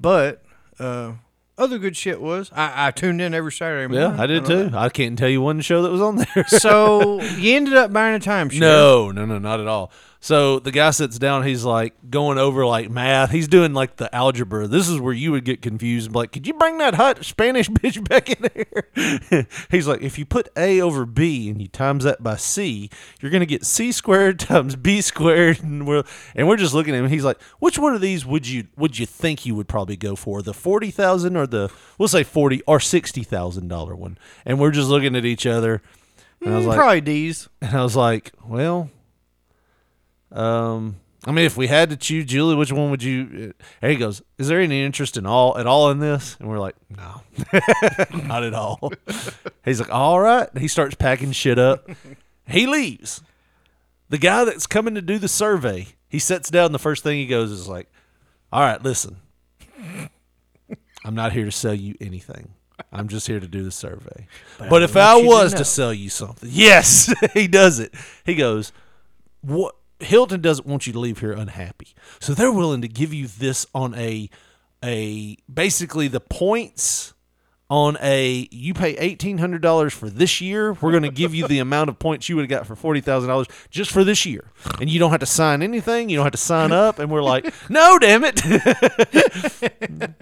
but uh, other good shit was. I, I tuned in every Saturday morning. Uh, Yeah, I did too. I can't tell you one show that was on there. so you ended up buying a timeshare. No, no, no, not at all. So the guy sits down. He's like going over like math. He's doing like the algebra. This is where you would get confused. and be Like, could you bring that hot Spanish bitch back in here? he's like, if you put A over B and you times that by C, you're gonna get C squared times B squared. And we're and we're just looking at him. He's like, which one of these would you would you think you would probably go for? The forty thousand or the we'll say forty or sixty thousand dollar one? And we're just looking at each other. And I was like, Mm, probably D's. and I was like, well, um, I mean, if we had to choose, Julie, which one would you? uh, And he goes, is there any interest in all at all in this? And we're like, no, not at all. He's like, all right. He starts packing shit up. He leaves. The guy that's coming to do the survey, he sits down. The first thing he goes is like, all right, listen, I'm not here to sell you anything. I'm just here to do the survey. But, if I was to, sell you something, yes, he does it. He goes, "What Hilton doesn't want you to leave here unhappy, so they're willing to give you this on a a basically the points on a you pay eighteen hundred dollars for this year. We're going to give you the amount of points you would have got for forty thousand dollars just for this year, and you don't have to sign anything. You don't have to sign up. And we're like, no, damn it.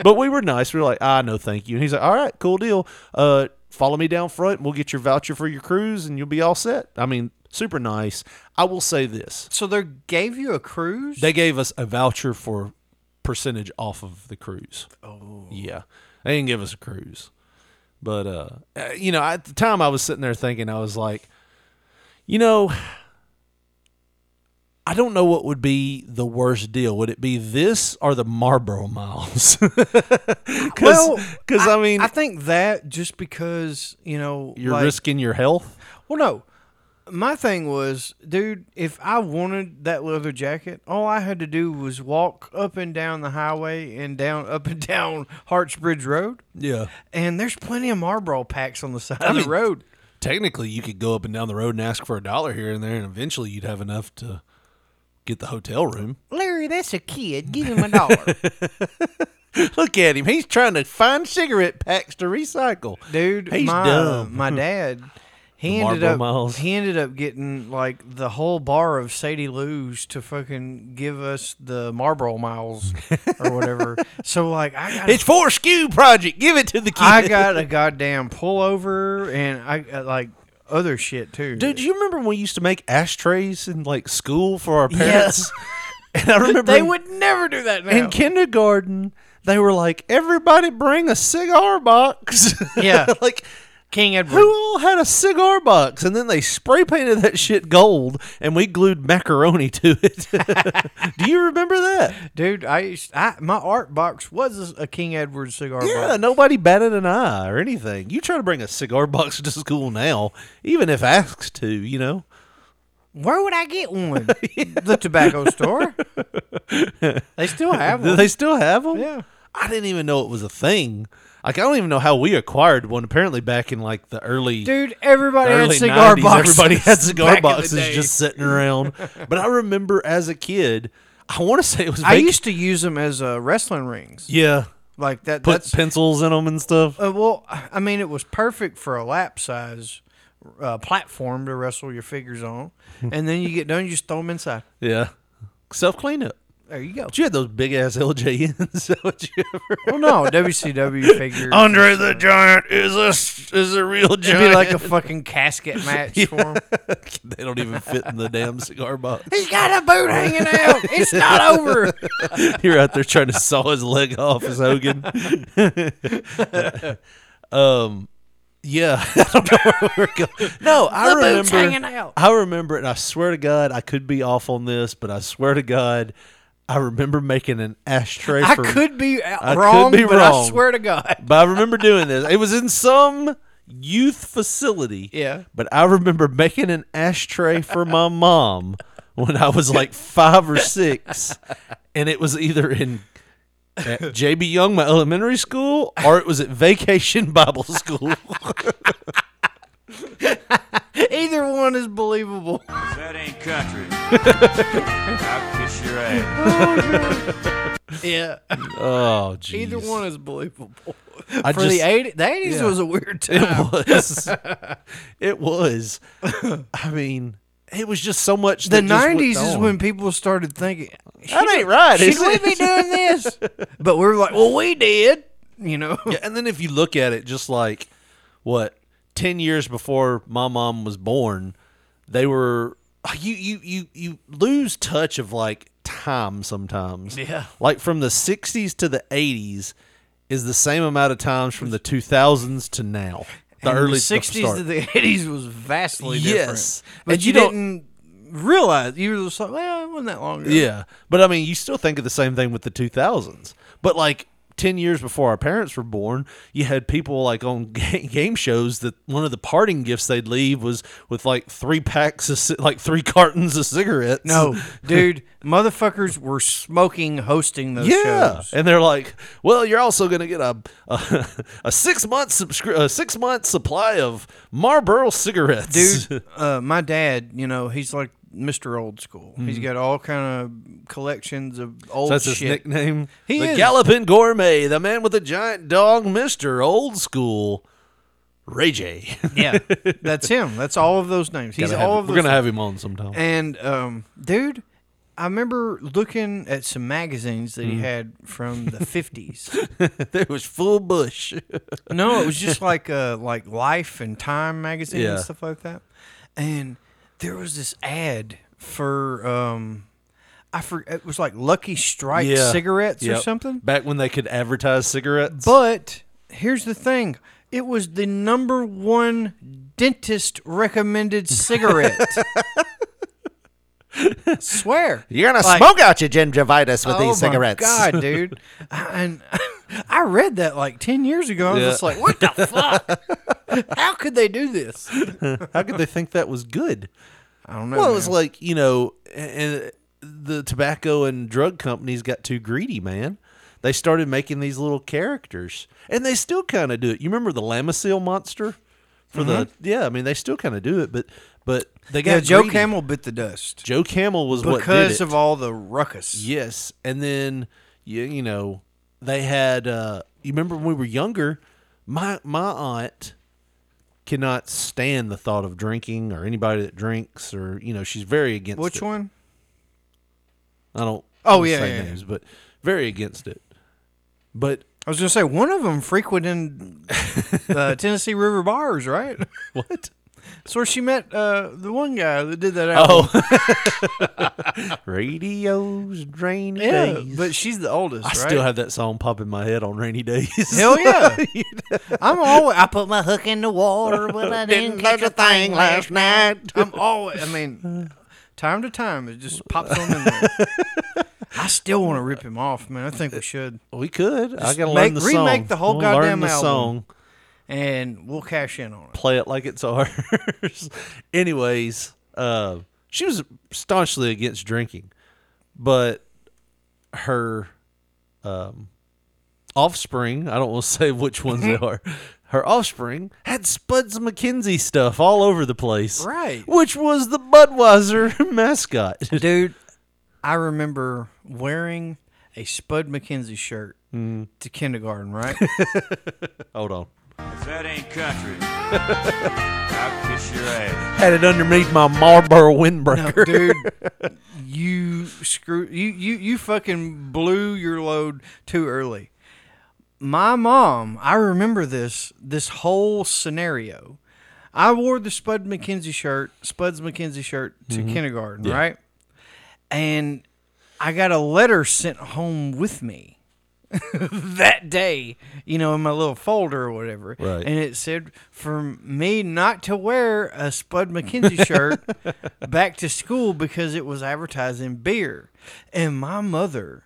but we were nice. We were like, ah, no, thank you. And he's like, all right, cool deal. Uh, follow me down front. And we'll get your voucher for your cruise, and you'll be all set. I mean, super nice. I will say this: So they gave you a cruise. they gave us a voucher for percentage off of the cruise. Oh, yeah, they didn't give us a cruise, but uh, uh, you know, at the time I was sitting there thinking, I was like, you know. I don't know what would be the worst deal. Would it be this or the Marlboro miles? well, because I, mean, I think that just because you know you're like- risking your health. Well, no. My thing was, dude, if I wanted that leather jacket, all I had to do was walk up and down the highway and down up and down Harts Bridge Road, Yeah. and there's plenty of Marlboro packs on the side I of mean- the road. Technically, you could go up and down the road and ask for a dollar here and there, and eventually you'd have enough to get the hotel room. Larry, that's a kid. Give him a dollar, Look at him. He's trying to find cigarette packs to recycle. dude. He's my, dumb. My dad. He The ended Marlboro up. Miles. He ended up getting like the whole bar of Sadie Lou's to fucking give us the Marlboro miles or whatever. so like, I got It's for Skew Project. Give it to the kid. I got a goddamn pullover and I got like other shit too. Dude, do you remember when we used to make ashtrays in like school for our parents? And I remember they in- would never do that now. in kindergarten they were like, "Everybody bring a cigar box." Yeah. like King Edward. Who all had a cigar box? And then they spray painted that shit gold, and we glued macaroni to it. Do you remember that? Dude, I, used, I my art box was a King Edward cigar Yeah, box. nobody batted an eye or anything. You try to bring a cigar box to school now, even if asked to, you know. Where would I get one? The tobacco store. they still have Do one. they still have them? Yeah. I didn't even know it was a thing. Like I don't even know how we acquired one. Apparently, back in like the early Dude, everybody had early cigar 90s, boxes. Everybody had back cigar in the boxes day. just sitting around. but I remember as a kid, I want to say it was. I vac- used to use them as uh, wrestling rings. yeah, Like that. put that's pencils in them and stuff. uh, well. I mean, it was perfect for a lap size uh, platform to wrestle your figures on, and then you get done, you just throw them inside. Yeah, self cleanup. There you go. But you had those big ass LJNs. Would you ever? Well, no WCW figure. Andre the Giant is a s- is a real It'd giant. be like a fucking casket match for him. they don't even fit in the damn cigar box. He's got a boot hanging out. It's not over. You're out there trying to saw his leg off as Hogan. um, yeah, I don't know where we're going. No, I boot's hanging remember. out. I remember, it, and I swear to God, I could be off on this, but I swear to God, I remember making an ashtray. I for, could be out- I could wrong, be but wrong. I swear to God. but I remember doing this. It was in some youth facility. Yeah. But I remember making an ashtray for my mom when I was like five or six, and it was either in at JB Young, my elementary school, or it was at Vacation Bible School. Either one is believable. That ain't country. I'll kiss your ass. Yeah, oh, jeez. either one is believable. I For just, the eighties, the eighties yeah. was a weird time. It was. it was. I mean, it was just so much. that the just went nineties is on. when people started thinking, that ain't right. "Should is we it?" be doing this?" But we were like, "Well, we did," you know. Yeah, and then if you look at it, just like what ten years before my mom was born, they were you you you you lose touch of like time sometimes. Yeah. like from the '60s to the '80s is the same amount of times from the 2000s to now. The And early sixties start. to the eighties was vastly different. Yes. but And you, you don't- didn't realize you were just like, "Well, it wasn't that long ago." Yeah, but I mean, you still think of the same thing with the 2000s. But like 10 years before our parents were born, you had people like on ga- game shows that one of the parting gifts they'd leave was with like three packs of ci- like three cartons of cigarettes. No, dude, motherfuckers were smoking hosting those Yeah, shows. and they're like, "Well, you're also going to get a a, a six month subscri- a six month supply of Marlboro cigarettes." dude uh, my dad you know he's like mr old school he's got all kind of collections of old Mm-hmm. That's his shit nickname. He the is- Galloping Gourmet, the man with the giant dog, Mister Old School, Ray J. yeah that's him that's all of those names he's Gotta have- all of we're those gonna have him on sometime. and um dude I remember looking at some magazines that he had from the fifties. there Mm-hmm. was full bush. no, it was just like uh, like Life and Time magazine Yeah. and stuff like that. And there was this ad for um, I for it was like Lucky Strike Yeah. cigarettes or Yep. something. Back when they could advertise cigarettes. But here's the thing. It was the number one dentist recommended cigarette. Swear. you're gonna Like- smoke out your gingivitis with oh my God, dude. And I read that like 10 years ago. I was Yeah. just like, what the fuck? How could they do this? How could they think that was good? I don't know. Well, it was man. like you know, and the tobacco and drug companies got too greedy, man. They started making these little characters, and they still kind of do it. You remember the Lamisil monster? For the yeah, I mean they still kind of do it, but but they got Mm-hmm. yeah, Joe greedy. Camel bit the dust Joe Camel was what did because it. of all the ruckus. Yes, and then you you know they had. Uh, you remember when we were younger? My my aunt cannot stand the thought of drinking or anybody that drinks or you know she's very against. Which it. one? I don't. Oh, wanna yeah, say yeah, yeah. names, but very against it. But I was going to say, one of them frequenting the Tennessee River bars, right? what? That's where she met uh, the one guy that did that album. Oh, radios rainy yeah, days. but she's the oldest, I right? still have that song pop in my head on rainy days. Hell yeah! I'm always. I put my hook in the water, but I didn't catch a thing last night. I'm always. I mean, time to time, it just pops on in there. I still want to rip him off, man. I think we should, we could. I Just gotta learn make- the song. remake the whole I'm gonna learn goddamn the album. song. and we'll cash in on it. play it like it's ours. Anyways, uh, she was staunchly against drinking, but her um, offspring, I don't want to say which ones they are, her offspring had Spuds McKenzie stuff all over the place. Right. Which was the Budweiser mascot. Dude, I remember wearing a Spud McKenzie shirt to kindergarten, right? Hold on. That ain't country. I'll kiss your ass. Had it underneath my Marlboro No, windbreaker. dude, you screw you, you you fucking blew your load too early. My mom, I remember this this whole scenario. I wore the Spud McKenzie shirt, Spud's McKenzie shirt to kindergarten, right? And I got a letter sent home with me that day, you know, in my little folder or whatever. Right. And it said for me not to wear a Spud McKenzie shirt back to school because it was advertising beer. And my mother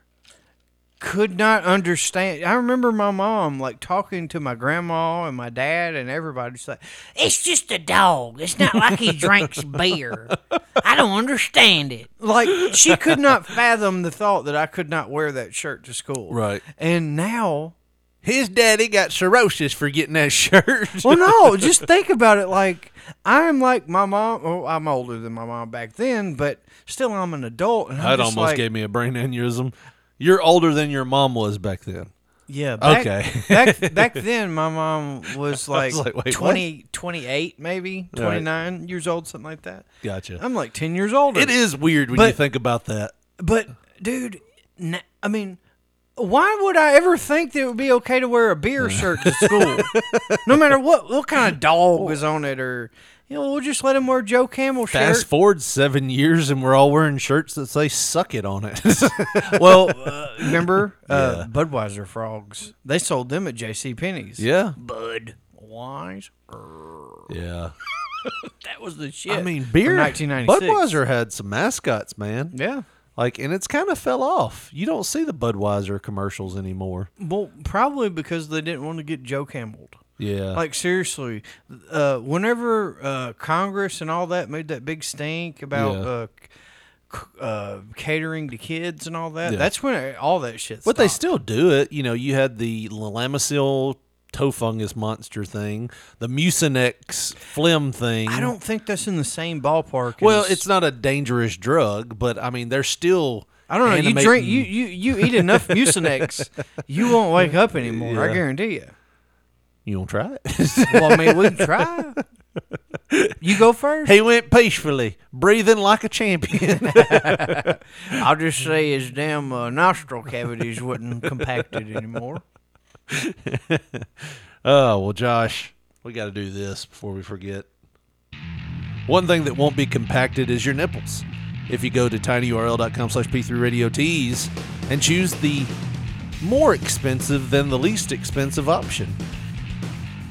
could not understand. I remember my mom like talking to my grandma and my dad and everybody. She's like, It's just a dog. It's not like he drinks beer. I don't understand it. like she could not fathom the thought that I could not wear that shirt to school. Right. And now, His daddy got cirrhosis for getting that shirt. well, no, just think about it. Like I'm like my mom. Oh, I'm older than my mom back then, but still, I'm an adult. And I'm that just almost like, gave me a brain aneurysm. You're older than your mom was back then. Yeah. Back, Okay. back back then, my mom was like, was like, "Wait, what?" twenty, twenty eight 20, 28 maybe All right. twenty nine years old, something like that. Gotcha. I'm like ten years older. it is weird when you But- think about that. But dude, n- I mean, why would I ever think that it would be okay to wear a beer shirt to school? no matter what what kind of dog was on it, or you know, we'll just let him wear Joe Camel shirt. Fast forward seven years and we're all wearing shirts that say "suck it" on it. well, uh, remember uh, Budweiser frogs? They sold them at J.C. Penney's. yeah, Bud. Wise. yeah. That was the shit. I mean, beer. From 1996. Budweiser had some mascots, man. Yeah. Like, and it's kind of fell off. You don't see the Budweiser commercials anymore. Well, probably because they didn't want to get Joe Campbelled. Yeah, Like seriously, uh, whenever uh, Congress and all that made that big stink about Yeah. uh, c- uh, catering to kids and all that, Yeah. that's when it, all that shit. But they stopped. still do it. You know, you had the Lamisil toe fungus monster thing, the Mucinex phlegm thing. I don't think that's in the same ballpark. Well, as- it's not a dangerous drug, but I mean, they're still. I don't know. You drink. animating- You, you you eat enough Mucinex, you won't wake up anymore. I Yeah. guarantee you. You don't try it. Well, I mean, we can try. You go first. he went peacefully, breathing like a champion. I'll just say his damn uh, nostril cavities wouldn't compact it anymore. oh well, Josh, we got to do this before we forget. One thing that won't be compacted is your nipples. If you go to tinyurl.com slash p3radiotees and choose the more expensive than the least expensive option.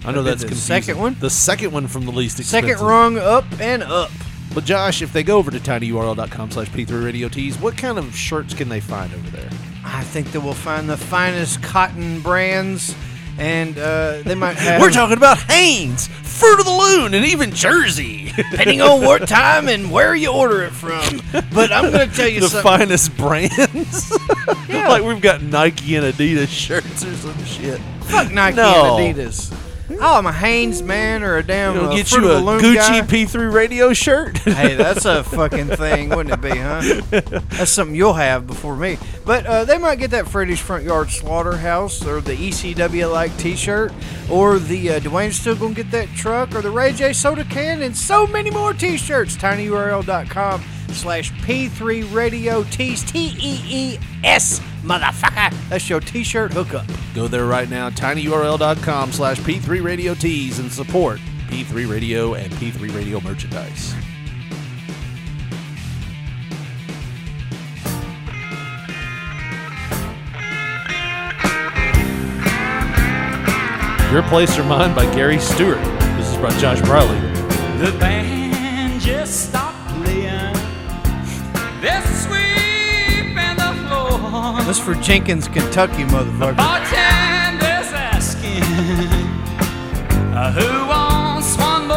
I know That'd be that's the confusing. second one? The second one from the least Second expensive. rung up and up. But Josh, if they go over to tinyurl.com slash p3radiotees, what kind of shirts can they find over there? I think that we'll find the finest cotton brands, and uh, they might have. We're talking about Hanes, Fruit of the Loon, and even Jersey. depending on what time and where you order it from. But I'm going to tell you the something. finest brands. like we've got Nike and Adidas shirts or some shit. Fuck Nike No. and Adidas. Oh, I'm a Hanes man or a damn. It'll uh, get Fruit you a of the Loom Gucci guy. P3 radio shirt. hey, that's a fucking thing, wouldn't it be, huh? That's something you'll have before me. But uh, they might get that Freddy's Front Yard Slaughterhouse or the E ECW like t shirt or the uh, Dwayne's still gonna get that truck or the Ray J soda can and so many more t shirts. tinyurl.com slash P3 radio tees. T E E S, motherfucker. That's your t shirt hookup. Go there right now, tinyurl.com slash P3 radio tees and support P3 radio and P3 radio merchandise. Your Place or Mine by Gary Stewart. This is by Josh Briley. The band just stopped playing. They're sweeping the floor. That's for Jenkins, Kentucky, motherfucker. Bartender's asking, uh, who wants one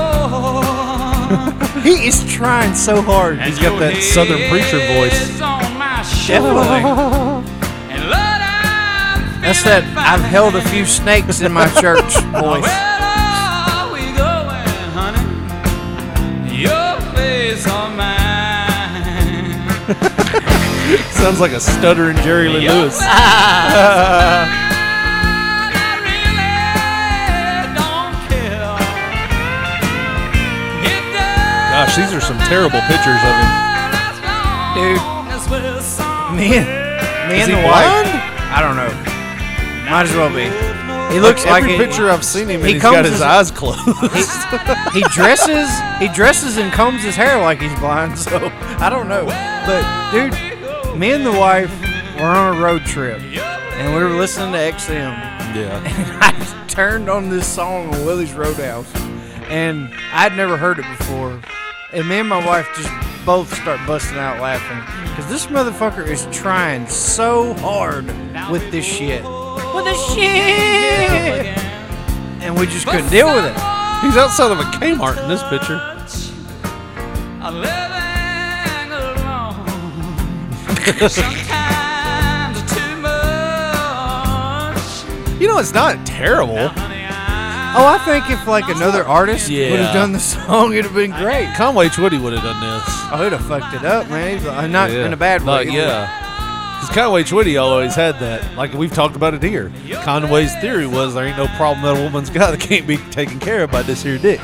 more? He is trying so hard. And got your that Southern preacher voice. head's on my shoulder. Definitely. And Lord, I'm That's that I've held a few snakes in my church voice. Where are we going, honey? Your face on mine. Sounds like a stuttering Jerry Lee Lewis. I really don't care. If there's Gosh, these are some terrible pictures of him. Dude, wrong, it's with some me and, me Is and he the blind? wife. I don't know. Might as well be. He Looks looks like every it- picture I've seen him, and he he has got comes his as- eyes closed. he dresses he dresses and combs his hair like he's blind so i don't know but dude me and the wife were on a road trip and we were listening to xm yeah. and i turned on this song on willie's roadhouse and i'd never heard it before and me and my wife just both start busting out laughing because this motherfucker is trying so hard with this shit with this shit and we just couldn't deal with it Oh, He's outside of a Kmart in this picture. a living alone. Sometimes too much. You know, it's not terrible. Honey, I Oh, I think if like another artist would Yeah. have done the song, it'd have been great. Conway Twitty would have done this. Oh, he'd have fucked it up, man. He's like, not Yeah. in a bad way. Like, yeah. Because Conway Twitty always had that. Like, we've talked about it here. Conway's theory was there ain't no problem that a woman's got that can't be taken care of by this here dick.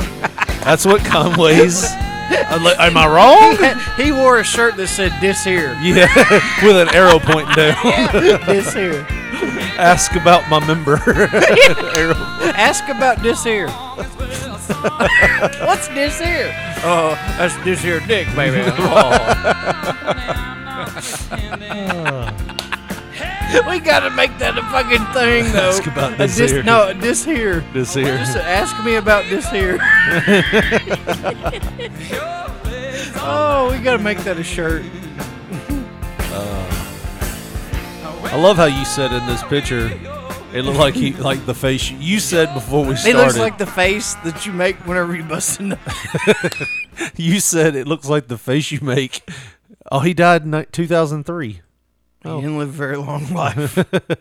That's what Conway's. Unle- Am I wrong? he wore a shirt that said "This here, Yeah, with an arrow pointing down. this here." Ask about my member. Arrow. Ask about this here. What's this here? Oh, that's this here dick, baby. Oh. we gotta make that a fucking thing, though. Ask about A this here. No, this here. This here. Just ask me about this here. oh, we gotta make that a shirt. I love how you said in this picture, it looked like he like the face you- you said before we It started. looks like the face that you make whenever you bust a nut. you said it looks like the face you make. Oh, he died in two thousand three. He Oh. didn't live a very long life.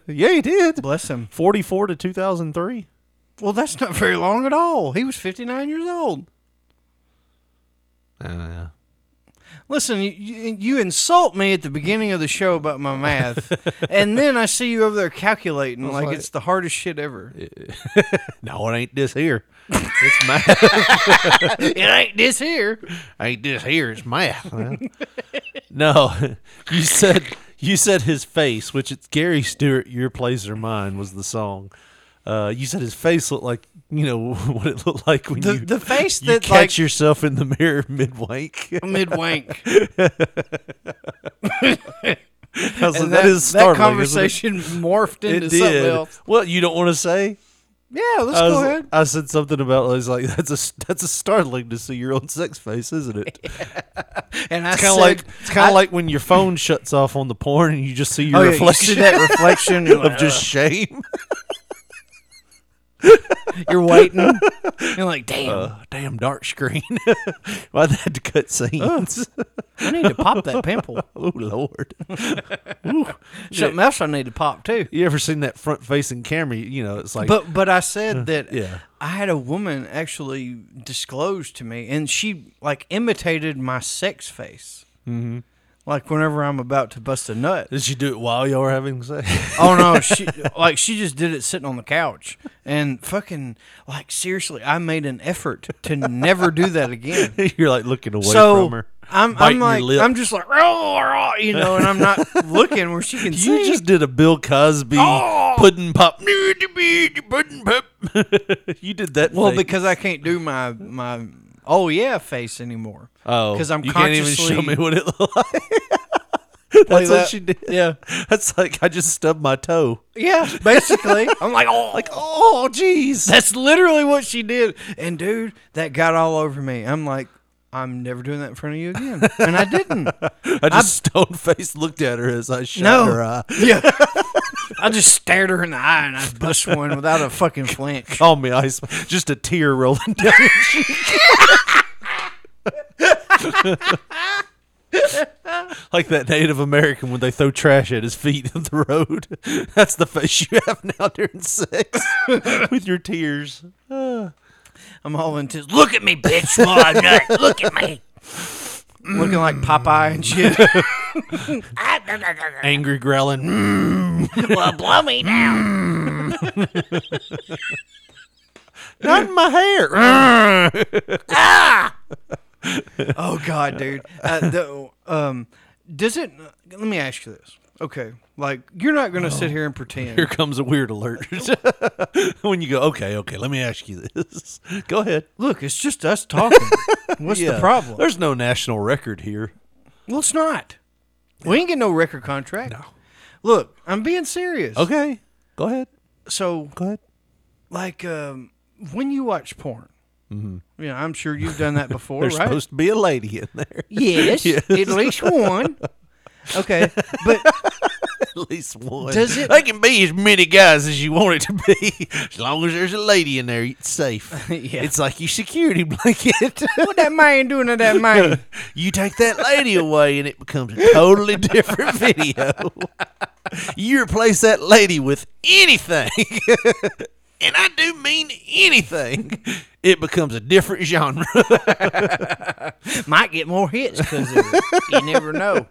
Yeah, he did. Bless him. Forty four to two thousand three. Well, that's not very long at all. He was 59 years old. Oh, Uh, Listen, you, you you insult me at the beginning of the show about my math, and then I see you over there calculating like, like- it's the hardest shit ever. no, it ain't this here. It's math. It ain't this here. ain't this here. It's math. man. no, you said you said his face, which it's Gary Stewart. Your place or mine was the song. Uh, you said his face looked like you know what it looked like when The, you the face you that catch like yourself in the mirror mid wank. mid wank. that, And that is that startling. isn't conversation morphed it? into It something did. else. What you don't want to say? Yeah, let's I, go was- ahead. I said something about I was like that's a that's a startling to see your own sex face, isn't it? And It's kind of like it's kind of like when your phone shuts off on the porn and you just see your oh, yeah, you see reflection that reflection you're of like, just shame. "Ugh," you're waiting. You're like, damn, Uh, damn dark screen. Why they had to cut scenes? I need to pop that pimple. oh lord. Something else I need to pop too. You ever seen that front facing camera? You know, it's like But but I said that yeah. I had a woman actually disclose to me, and she like imitated my sex face. Mm-hmm. Like whenever I'm about to bust a nut. did she do it while y'all were having sex? oh no, she like she just did it sitting on the couch, and fucking like seriously, I made an effort to never do that again. You're like looking away so from her. I'm biting I'm your like lip. I'm just like oh, oh," you know, and I'm not looking where she can You see. Oh! just did a Bill Cosby pudding pop. pudding pop. you did that. well thing. because I can't do my my oh yeah face anymore. oh, because I'm you can't even show me consciously- what it looked like. That's what that. she did. Yeah. That's like I just stubbed my toe. Yeah, basically. I'm like, oh, Like oh, jeez. that's literally what she did. And dude, that got all over me. I'm like, I'm never doing that in front of you again. And I didn't. I just stone faced looked at her as I shot No. her eye. Yeah. I just stared her in the eye and I bust one without a fucking flinch. Call me ice. Just a tear rolling down. her cheek. like that Native American when they throw trash at his feet on the road. That's the face you have now during sex with your tears. I'm all intense. Look at me, bitch, while I nut. Look at me. Looking like Popeye and shit. I, Angry growling. "Mm." well, blow me down. Not in my hair. oh God, dude. Uh, the, um, does it? Let me ask you this. Okay, like you're not gonna sit here and pretend. Here comes a weird alert. when you go, okay, okay, let me ask you this. go ahead. Look, it's just us talking. What's the Yeah. problem? There's no national record here. well, it's not. We ain't getting no record contract. No. Look, I'm being serious. Okay. Go ahead. So, Go ahead. like, um, when you watch porn, you know, I'm sure you've done that before, There's right? supposed to be a lady in there. yes, at least one. Okay, but At least one. Does it- They can be as many guys as you want it to be. As long as there's a lady in there, it's safe. Yeah. It's like your security blanket. what that man doing to that man? you take that lady away and it becomes a totally different video. you replace that lady with anything. and I do mean anything. It becomes a different genre. Might get more hits because you never know.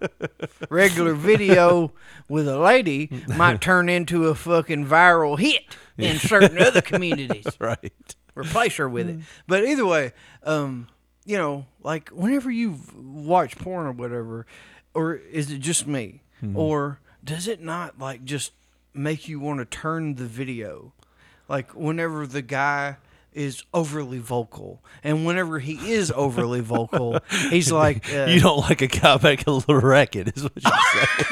Regular video with a lady might turn into a fucking viral hit in certain other communities. right. Replace her with it. Mm-hmm. But either way, um, you know, like whenever you watch porn or whatever, or is it just me? Mm-hmm. Or does it not like just make you want to turn the video? Like whenever the guy is overly vocal, and whenever he is overly vocal, he's like, uh, You don't like a guy making a little racket, is what you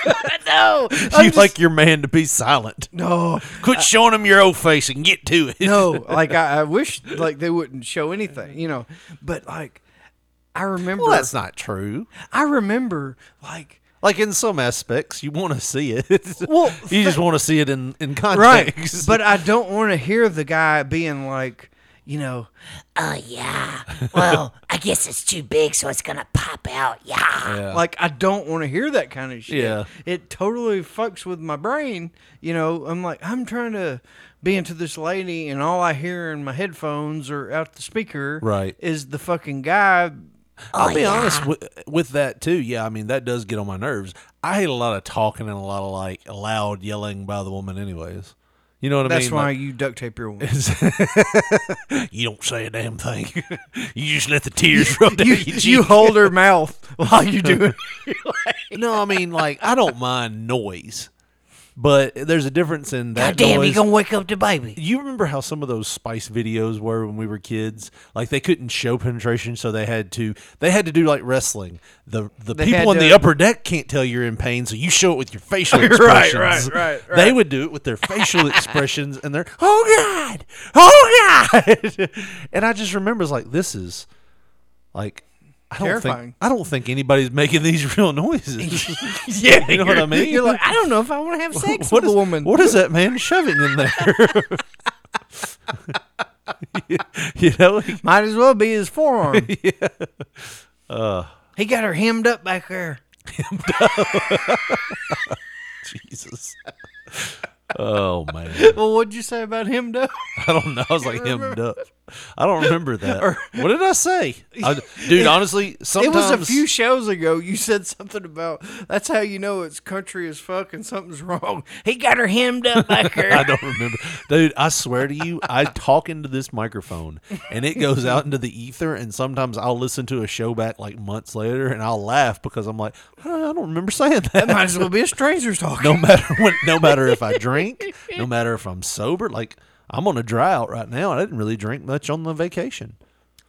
say. no, you like your man to be silent. no, Quit showing him your old face and get to it. no. Like I, I wish like they wouldn't show anything, you know. But like I remember, Well, that's not true. I remember like Like in some aspects, you want to see it. Well, you just want to see it in in right, context. but I don't want to hear the guy being like, you know, Oh, yeah. Well, I guess it's too big, so it's going to pop out. Yeah. Yeah. like I don't want to hear that kind of shit. Yeah. it totally fucks with my brain. You know, I'm like, I'm trying to be into this lady, and all I hear in my headphones or out the speaker, Right. is the fucking guy. Oh, I'll be honest with, with that too. Yeah, I mean that does get on my nerves. I hate a lot of talking and a lot of like loud yelling by the woman. Anyways, you know what I That's mean? why Like, you duct tape your woman. you don't say a damn thing. you just let the tears roll down you, your cheek. you hold her mouth while you do it. no, I mean like I don't mind noise, but there's a difference in that. God damn, noise. you going to wake up the baby. you remember how some of those spice videos were when we were kids like they couldn't show penetration so they had to they had to do like wrestling the the had people on to- the upper deck can't tell you're in pain so you show it with your facial Right, right, expressions right, they would do it with their facial expressions and their oh god oh god and i just remember it's like this is like I don't Terrifying. think I don't think anybody's making these real noises. Yeah, you know what I mean. You're like, I don't know if I want to have sex What with is- a woman. What is that man shoving in there? you know, Might as well be his forearm. Uh. he got her hemmed up back there. Jesus. Oh man, Well, what'd you say about hemmed up? I don't know. I was like hemmed up. I don't remember that. what did I say, I, dude? Honestly, It sometimes was a few shows ago. You said something about that's how you know it's country as fuck and something's wrong. He got her hemmed up like I her. don't remember, dude. I swear to you, I talk into this microphone and it goes out into the ether. And sometimes I'll listen to a show back like months later and I'll laugh because I'm like, I don't, I don't remember saying that. Might as well be a stranger's talk. no matter when, no matter if I drink, no matter if I'm sober. Like I'm on a dry out right now. and I didn't really drink much on the vacation.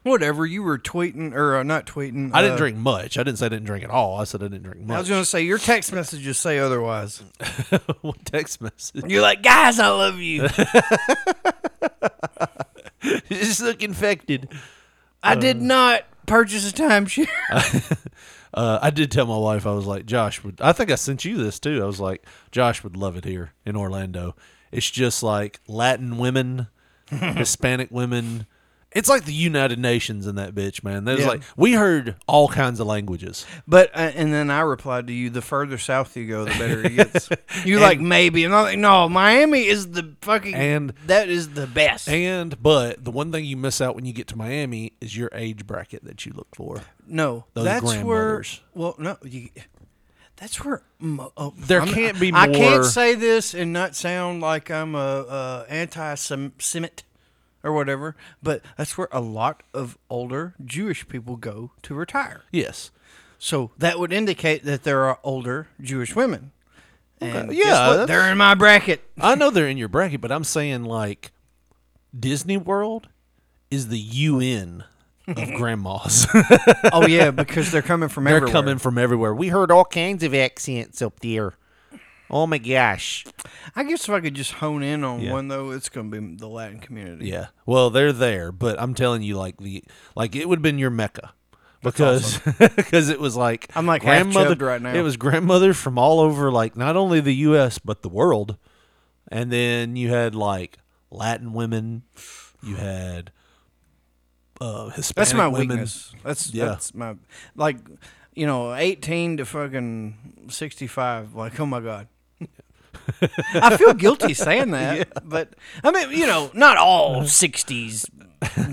Whatever you were tweeting or uh, not tweeting. I didn't uh, drink much. I didn't say I didn't drink at all. I said I didn't drink much. I was gonna say your text messages say otherwise. What text message. You're like, guys, I love you. You just look infected. I did not purchase a timeshare. Uh, I did tell my wife I was like Josh would. I think I sent you this too. I was like Josh would love it here in Orlando. It's just like Latin women, Hispanic women, It's like the United Nations in that bitch, man. There's Yeah. like we heard all kinds of languages. But uh, and then I replied to you: the further south you go, the better it gets. You're like maybe, and I'm like, no, Miami is the fucking And- that is the best. And but the one thing you miss out when you get to Miami is your age bracket that you look for. no, Those that's where. grandmothers. Well, no, you, that's where. mo- Oh, There can't be I more- can't say this and not sound like I'm a, a anti-Semite or whatever, but that's where a lot of older Jewish people go to retire. Yes. So that would indicate that there are older Jewish women. And yeah, guess what? that's- they're in my bracket. I know they're in your bracket, but I'm saying like Disney World is the UN of grandmas. Oh yeah, because they're coming from They're everywhere. coming from everywhere. We heard all kinds of accents up there. Oh my gosh. I guess if I could just hone in on Yeah. one though, it's going to be the Latin community. Yeah. Well, they're there, but I'm telling you, like the like it would have been your mecca. Because because it was like I'm, like, half chubbed right now. It was grandmother from all over like not only the US but the world. And then you had like Latin women, you had uh Hispanic that's my women. weakness. That's Yeah. that's my like, you know, eighteen to fucking sixty-five. Like, oh my god. I feel guilty saying that, but I mean, you know, not all '60s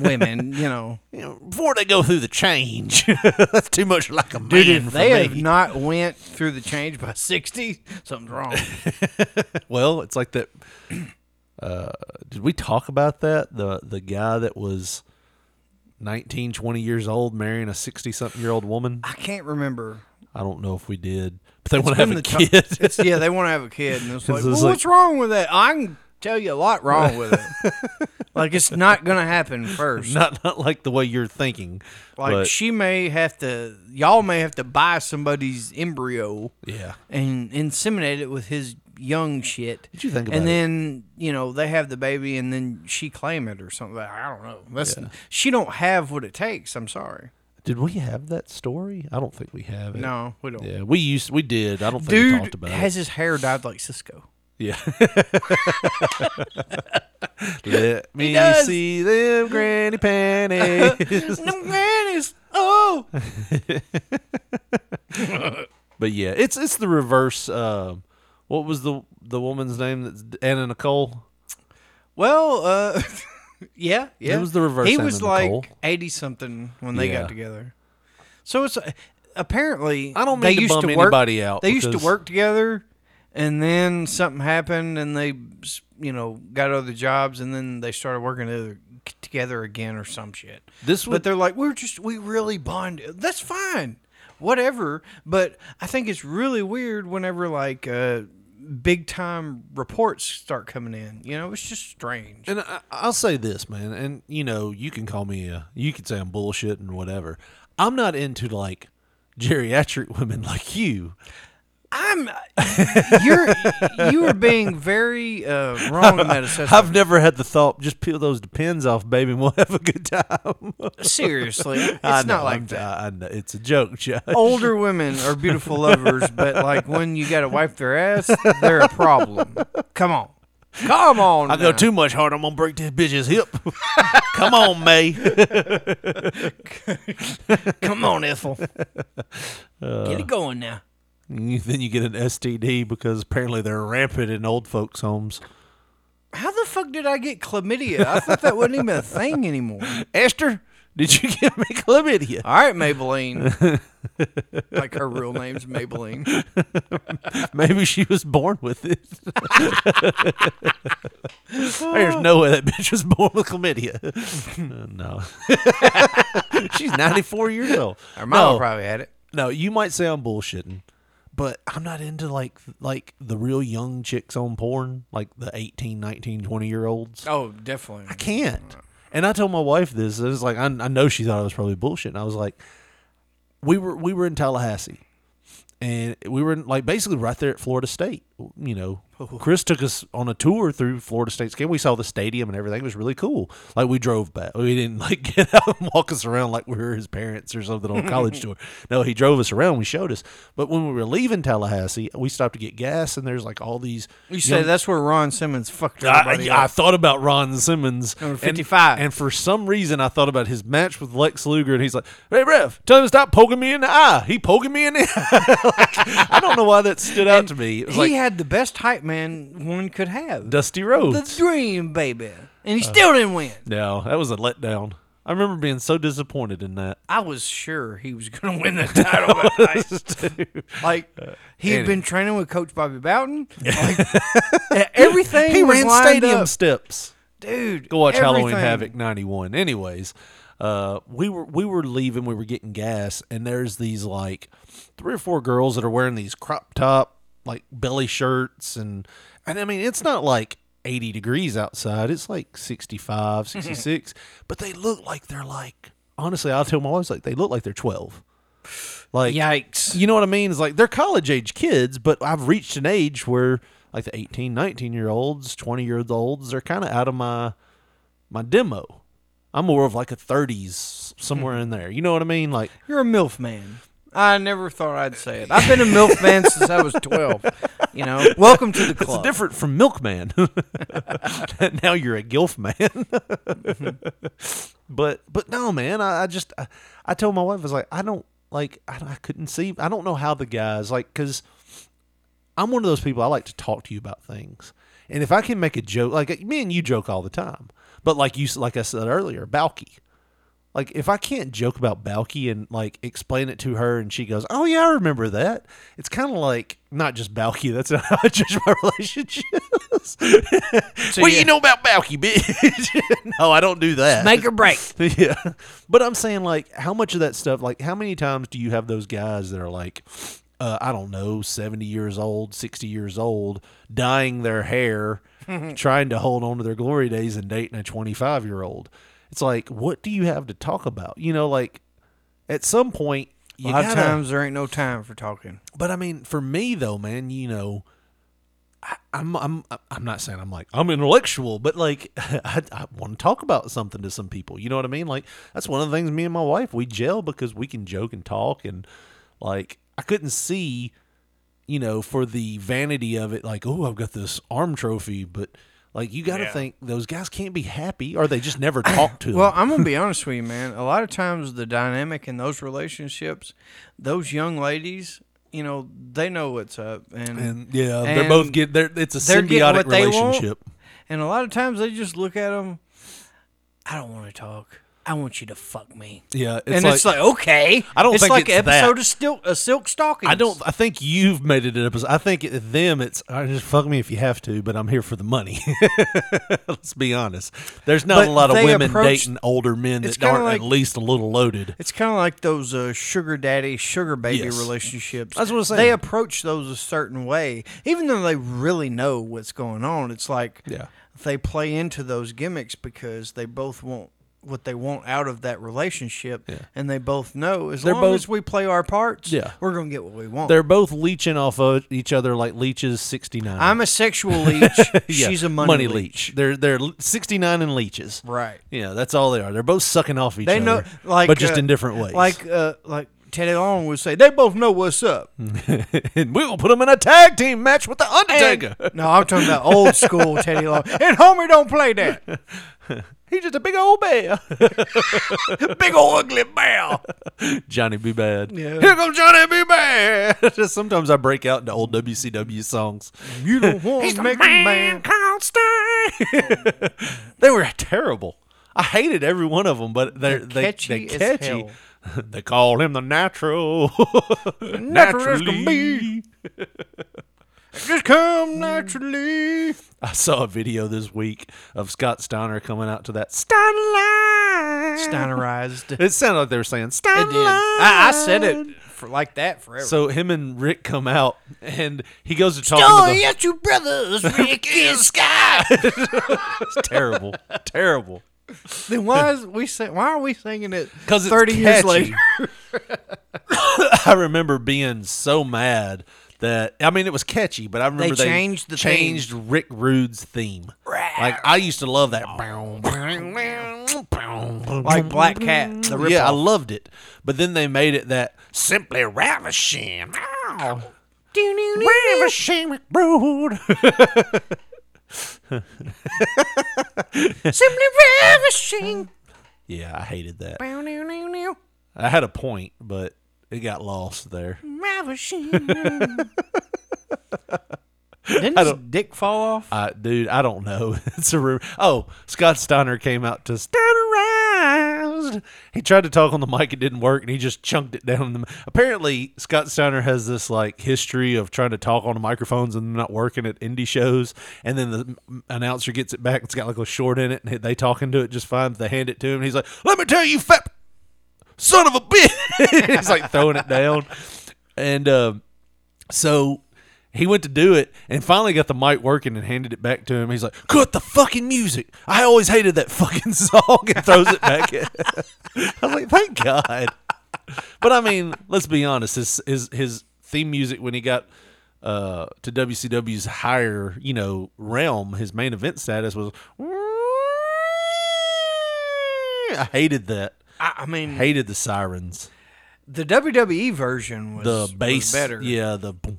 women, you know, You know, before they go through the change. that's too much like a man if for they me. have not went through the change by '60, something's wrong. Well, it's like that. Uh, did we talk about that? The the guy that was 19, 20 years old marrying a 60 something year old woman? I can't remember. I don't know if we did, but they want to have been a the kid. to- it's, yeah, they want to have a kid, and it's like, it's well, like- what's wrong with it? I can tell you a lot wrong with it. like, it's not gonna happen first. not, not like the way you're thinking. like, but- she may have to, y'all may have to buy somebody's embryo yeah. and inseminate it with his young shit. What you think about and it? then you know they have the baby, and then she claim it or something. I don't know. That's she don't have what it takes. I'm sorry. Did we have that story? I don't think we have it. No, we don't. Yeah, we used we did. I don't think we Dude talked about has it. his hair dyed like Cisco. Yeah. Let me does. see them granny panties. Oh, But yeah, it's it's the reverse. Um, what was the the woman's name? That's Anna Nicole. Well, uh, yeah, yeah. was the reverse He Anna was Nicole. like eighty something when they Yeah. got together. So it's uh, apparently I don't they mean to used bum work, anybody out They used to because- work together, and then something happened, and they you know got other jobs, and then they started working together, together again or some shit. This but would- they're like, we're just we really bonded. That's fine, whatever. But I think it's really weird whenever like. uh Big time reports start coming in. You know, it's just strange. And I, I'll say this, man, and you know, you can call me a, you can say I'm bullshit and whatever. I'm not into like geriatric women like you. I'm you're you are being very uh, wrong in that assessment. I've never had the thought. Just peel those depends off, baby, and we'll have a good time. Seriously, it's I not know, like I'm- Oh, that. I, I know, it's a joke, Josh. Older women are beautiful lovers, but like when you got to wipe their ass, they're a problem. Come on, come on. I go now. too much hard. I'm gonna break this bitch's hip. Come on, May. Come on, Ethel. Get it going now. You- then you get an STD because apparently they're rampant in old folks' homes. How the fuck did I get chlamydia? I thought that wasn't even a thing anymore. Esther, did you give me chlamydia? All right, Maybelline. like her real name's Maybelline. Maybe she was born with it. There's no way that bitch was born with chlamydia. Uh, no, she's 94 years old. Her mom no, probably had it. no, you might say I'm bullshitting, but I'm not into like like the real young chicks on porn, like the 18, 19, 20 year olds. Oh, definitely. I can't. And I told my wife this. and It's like I, I know she thought I was probably bullshit. And I was like, we were we were in Tallahassee, and we were in, like basically right there at Florida State. You know, Chris took us on a tour through Florida State's game. We saw the stadium and everything. It was really cool. Like we drove back. We didn't like get out and walk us around like we were his parents or something on a college tour. No, he drove us around. We showed us. But when we were leaving Tallahassee, we stopped to get gas, and there's like all these. You say young- that's where Ron Simmons fucked everybody I, I up. thought about Ron Simmons. Number and- 55. And, for some reason, I thought about his match with Lex Luger, and he's like, hey, ref, tell him to stop poking me in the eye. He poking me in the eye. Like, I don't know why that stood out to me. It was he like had the best hype man one could have. Dusty Rhodes. the dream, baby. And Uh. he still didn't win. No, that was a letdown. I remember being so disappointed in that. I was sure he was going to win the title. that night. like Uh, he had been training with Coach Bobby Bowden. Like, e-, everything He was ran lined stadium up. steps. dude. Go watch Halloween everything. Havoc '91. Anyways, uh, we were we were leaving. We were getting gas, and there's these like three or four girls that are wearing these crop top like belly shirts, and and I mean it's not like. 80 degrees outside. It's like 65, 66, but they look like they're like honestly, I'll tell my wife like they look like they're 12. Like Yikes! you know what I mean? It's like they're college age kids, but I've reached an age where like the 18, 19 year olds, 20 year olds, they're kind of out of my my demo. I'm more of like a 30s somewhere in there. You know what I mean? Like You're a milf man. I never thought I'd say it. I've been a milf man since I was twelve. You know, welcome to the it's club. different from milkman. now you're a gilf man. but but no, man. I, I just I, I told my wife I was like I don't like I, I couldn't see. I don't know how the guys like because I'm one of those people I like to talk to you about things, and if I can make a joke like me and you joke all the time, but like you s- like I said earlier, Balky. Like if I can't joke about Balky and like explain it to her and she goes, "Oh yeah, I remember that." It's kind of like not just Balky. That's not how I judge my relationships. well, you know about Balky, bitch. no, I don't do that. Make or break. yeah, but I'm saying like, how much of that stuff? Like, how many times do you have those guys that are like, uh, I don't know, seventy years old, sixty years old, dyeing their hair, trying to hold on to their glory days and dating a twenty five year old? It's like, what do you have to talk about? You know, like at some point, A you lot of gotta- times there ain't no time for talking. but I mean, for me though, man, you know, I, I'm I'm I'm not saying I'm like I'm intellectual, but like I, I want to talk about something to some people. You know what I mean? Like that's one of the things me and my wife we gel because we can joke and talk, and like I couldn't see, you know, for the vanity of it, like oh I've got this arm trophy, but. Like you got to Yeah. think those guys can't be happy, or they just never talk to Well, them. I'm gonna be honest with you, man. A lot of times the dynamic in those relationships, those young ladies, you know, they know what's up, and And yeah, they're both and get. They're, it's a they're getting symbiotic what they want. relationship. And a lot of times they just look at them. I don't want to talk. I want you to fuck me. Yeah, it's and it's like okay, I don't it's think like it's an that. episode of Silk, uh, Silk Stockings. I don't. I think you've made it an episode. I think it, them. It's I just fuck me if you have to, but I'm here for the money. Let's be honest. There's not But a lot of they women approach- dating older men it's that kinda aren't like- at least a little loaded. It's kind of like those uh, sugar daddy, sugar baby Yes. relationships. That's what I'm saying. They approach those a certain way, even though they really know what's going on. It's like Yeah. they play into those gimmicks because they both want what they want out of that relationship, and they both know as They're long both- as we play our parts, Yeah. we're gonna get what we want. They're both leeching off of each other like leeches. Sixty nine. I'm a sexual leech. She's a money, leech. They're they're sixty nine and leeches. Right. Yeah, that's all they are. They're both sucking off each They other. know, like, but just uh, in different ways. Like, uh, like Teddy Long would say, they both know what's up. and we will put them in a tag team match with the Undertaker. no, I'm talking about old school Teddy Long. And Homer don't play that. He's just a big old bear. big old ugly bear. Johnny B. Bad. Yeah. Here comes Johnny B. Bad. Just Sometimes I break out into old WCW songs. You don't want to make a man. called Sting. they were terrible. I hated every one of them, but they're, They're they catchy they as catchy. they call him the natural. Natural as can be. Just come naturally. I saw a video this week of Scott Steiner coming out to that Steinline. Steinerized. It sounded like they were saying It Steinline. did. I, I said it for like that forever. So him and Rick come out, and he goes to talk Oh, to yes, you brothers, Rick and Scott. the terrible, terrible. then why is we say, why are we singing it? 'Cause it's thirty years catchy. later, I remember being so mad that I mean it was catchy, but I remember they, changed the changed Rick Rude's theme. Like I used to love that. like Like Black Cat, the ripoff. Mm. yeah, I loved it. But then they made it that Simply ravishing. Ow. ravishing Rick Rude. Simply ravishing. Yeah, I hated that. Bow-new-new-new. I had a point, but it got lost there. Ravishing. Didn't his dick fall off? I, dude, I don't know. It's a rumor. Oh, Scott Steiner came out to Steinerized. He tried to talk on the mic, it didn't work, and he just chunked it down. The, m- apparently, Scott Steiner has this like history of trying to talk on the microphones and not working at indie shows, and then the m- announcer gets it back. It's got like a short in it, and they talk into it just fine. They hand it to him. And he's like, "Let me tell you, fat son of a bitch." he's like throwing it down, and. um so he went to do it and finally got the mic working and handed it back to him. He's like, "Cut the fucking music! I always hated that fucking song." And throws it back. in. I was like, "Thank God." But I mean, let's be honest. His his, his theme music when he got uh, to WCW's higher, you know, realm, his main event status was. I hated that. I, I mean, Hated the sirens. the WWE version was The bass. was better. Yeah. The boom.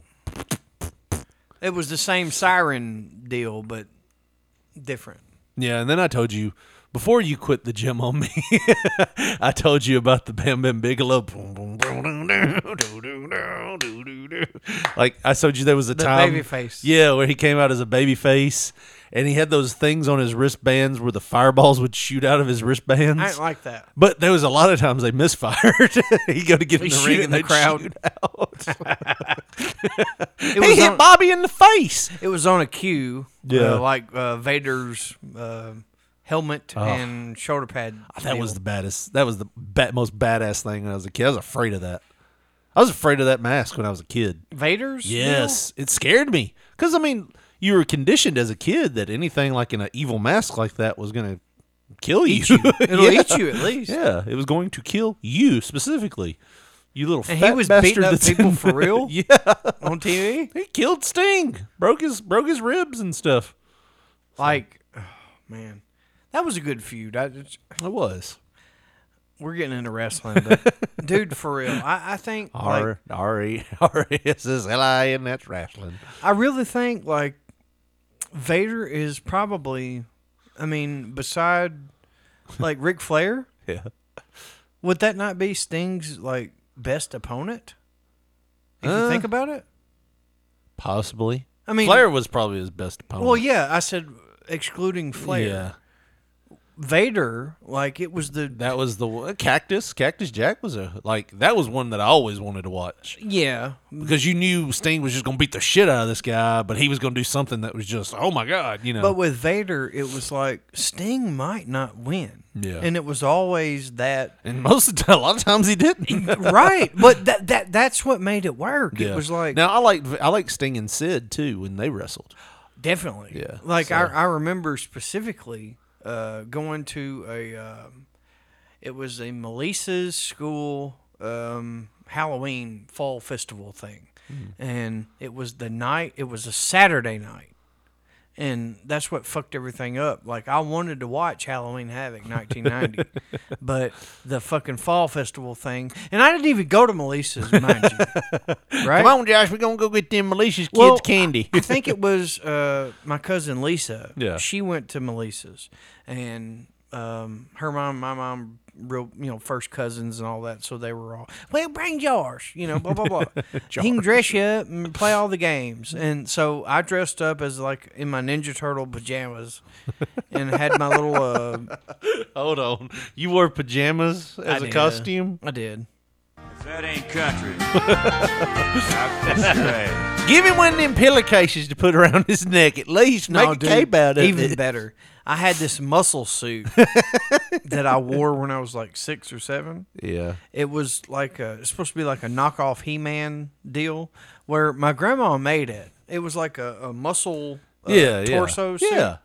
It was the same siren deal, but different. Yeah, and then I told you before you quit the gym on me, I told you about the Bam Bam Bigelow. Boom, boom, boom, boom, doo, doo, doo, doo, doo, doo, doo. Like I told you, there was a time, babyface. yeah, where he came out as a baby face, and he had those things on his wristbands where the fireballs would shoot out of his wristbands. I didn't like that. But there was a lot of times they misfired. he go to get in the They shoot ring in and the they crowd. shoot out. It he was hit on, Bobby in the face. it was on a cue, Yeah. uh, like uh, Vader's uh, helmet Uh-huh. and shoulder pad. That was the deal. baddest. That was the ba- most badass thing when I was a kid. I was afraid of that. I was afraid of that mask when I was a kid. Vader's. deal? Yes, it scared me because I mean, you were conditioned as a kid that anything like an evil mask like that was gonna kill you. it'll yeah. eat you at least. Yeah, it was going to kill you specifically. You little And fat he was bastard beating up that's people in- for real yeah, on TV. he killed Sting. Broke his broke his ribs and stuff. Like, oh, man, that was a good feud. I just, It was we're getting into wrestling, but dude, for real, I, I think like, R R E R E S S L I N. That's wrestling. I really think like Vader is probably, I mean, beside like Ric Flair, Yeah. would that not be Sting's like best opponent? If Uh, you think about it, Possibly. I mean, Flair was probably his best opponent. Well, yeah, I said excluding Flair. Vader, like it was the that was the one- Cactus. Cactus Jack was a like that was one that I always wanted to watch yeah, because you knew Sting was just gonna beat the shit out of this guy, but he was gonna do something that was just oh my god, you know. But with Vader, it was like Sting might not win. Yeah. And it was always that and most of the time, a lot of times he didn't. right. But that that that's what made it work. Yeah. It was like now I like I like Sting and Sid too when they wrestled. definitely. Yeah, Like so- I I remember specifically uh, going to a um, it was a Melissa's school um, Halloween fall festival thing. Hmm. And it was the night it was a Saturday night. and that's what fucked everything up. Like I wanted to watch Halloween Havoc 1990, but the fucking fall festival thing, and I didn't even go to Melissa's, mind you. Right? Come on, Josh, we're gonna go get them malicious kids Well, candy. I think it was uh, my cousin Lisa. Yeah. She went to Melissa's, and um, her mom, my mom, real you know first cousins and all that. So they were all well, bring Josh, you know, blah blah blah. he can dress you up and play all the games. And so I dressed up as like in my Ninja Turtle pajamas, and had my little. Uh, Hold on, you wore pajamas I as a did. costume. I did. If that ain't country, I'll kiss your ass. Give him one of them pillowcases to put around his neck at least. No, Make dude, a cape out of even it. better. I had this muscle suit that I wore when I was like six or seven. Yeah. It was like a, it's supposed to be like a knockoff He Man deal where my grandma made it. It was like a, a muscle uh, yeah, yeah. torso suit. Yeah.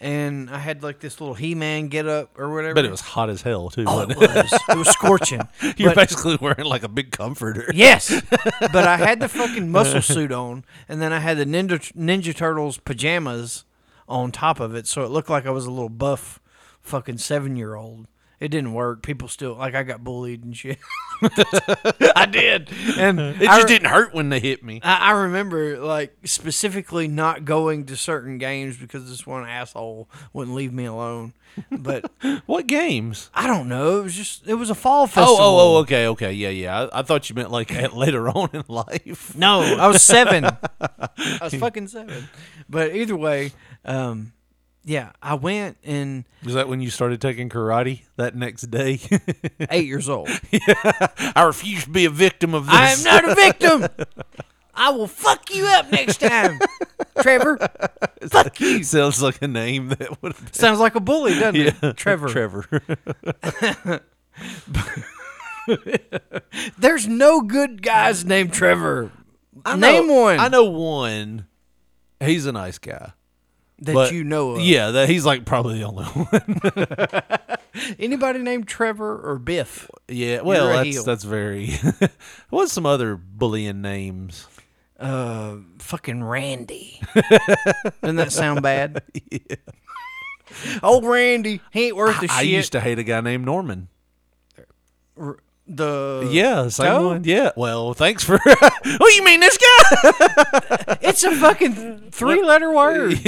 and I had like this little He-Man get up or whatever. But it was hot as hell too. Oh, it wasn't was. It was scorching. You're But- basically wearing like a big comforter. Yes, but I had the fucking muscle suit on, and then I had the Ninja Ninja Turtles pajamas on top of it, so it looked like I was a little buff, fucking seven year old. It didn't work. People still like I got bullied and shit. I did. And It just didn't hurt when they hit me. I, I remember like specifically not going to certain games because this one asshole wouldn't leave me alone. But What games? I don't know. It was just it was a fall Oh, festival. oh, oh, okay, okay, yeah, yeah. I, I thought you meant like at- later on in life. No, I was seven. I was fucking seven. But either way, um, yeah, I went in Was that when you started taking karate that next day? eight years old. I refuse to be a victim of this. I am not a victim. I will fuck you up next time, Trevor. Fuck you. Sounds like a name that would have Sounds like a bully, doesn't been it, Trevor? Trevor. There's no good guys named Trevor. I Name know- one. I know one. He's a nice guy. that but- you know of. Yeah, that he's like probably the only one. Anybody named Trevor or Biff? yeah, well, a that's heel. that's very. What's some other bullying names? Uh, fucking Randy. Doesn't that sound bad? Old Randy, he ain't worth the I shit. used to hate a guy named Norman. the yeah, same Toad? one. Yeah. Well, thanks for. oh, you mean this guy? It's a fucking three letter word.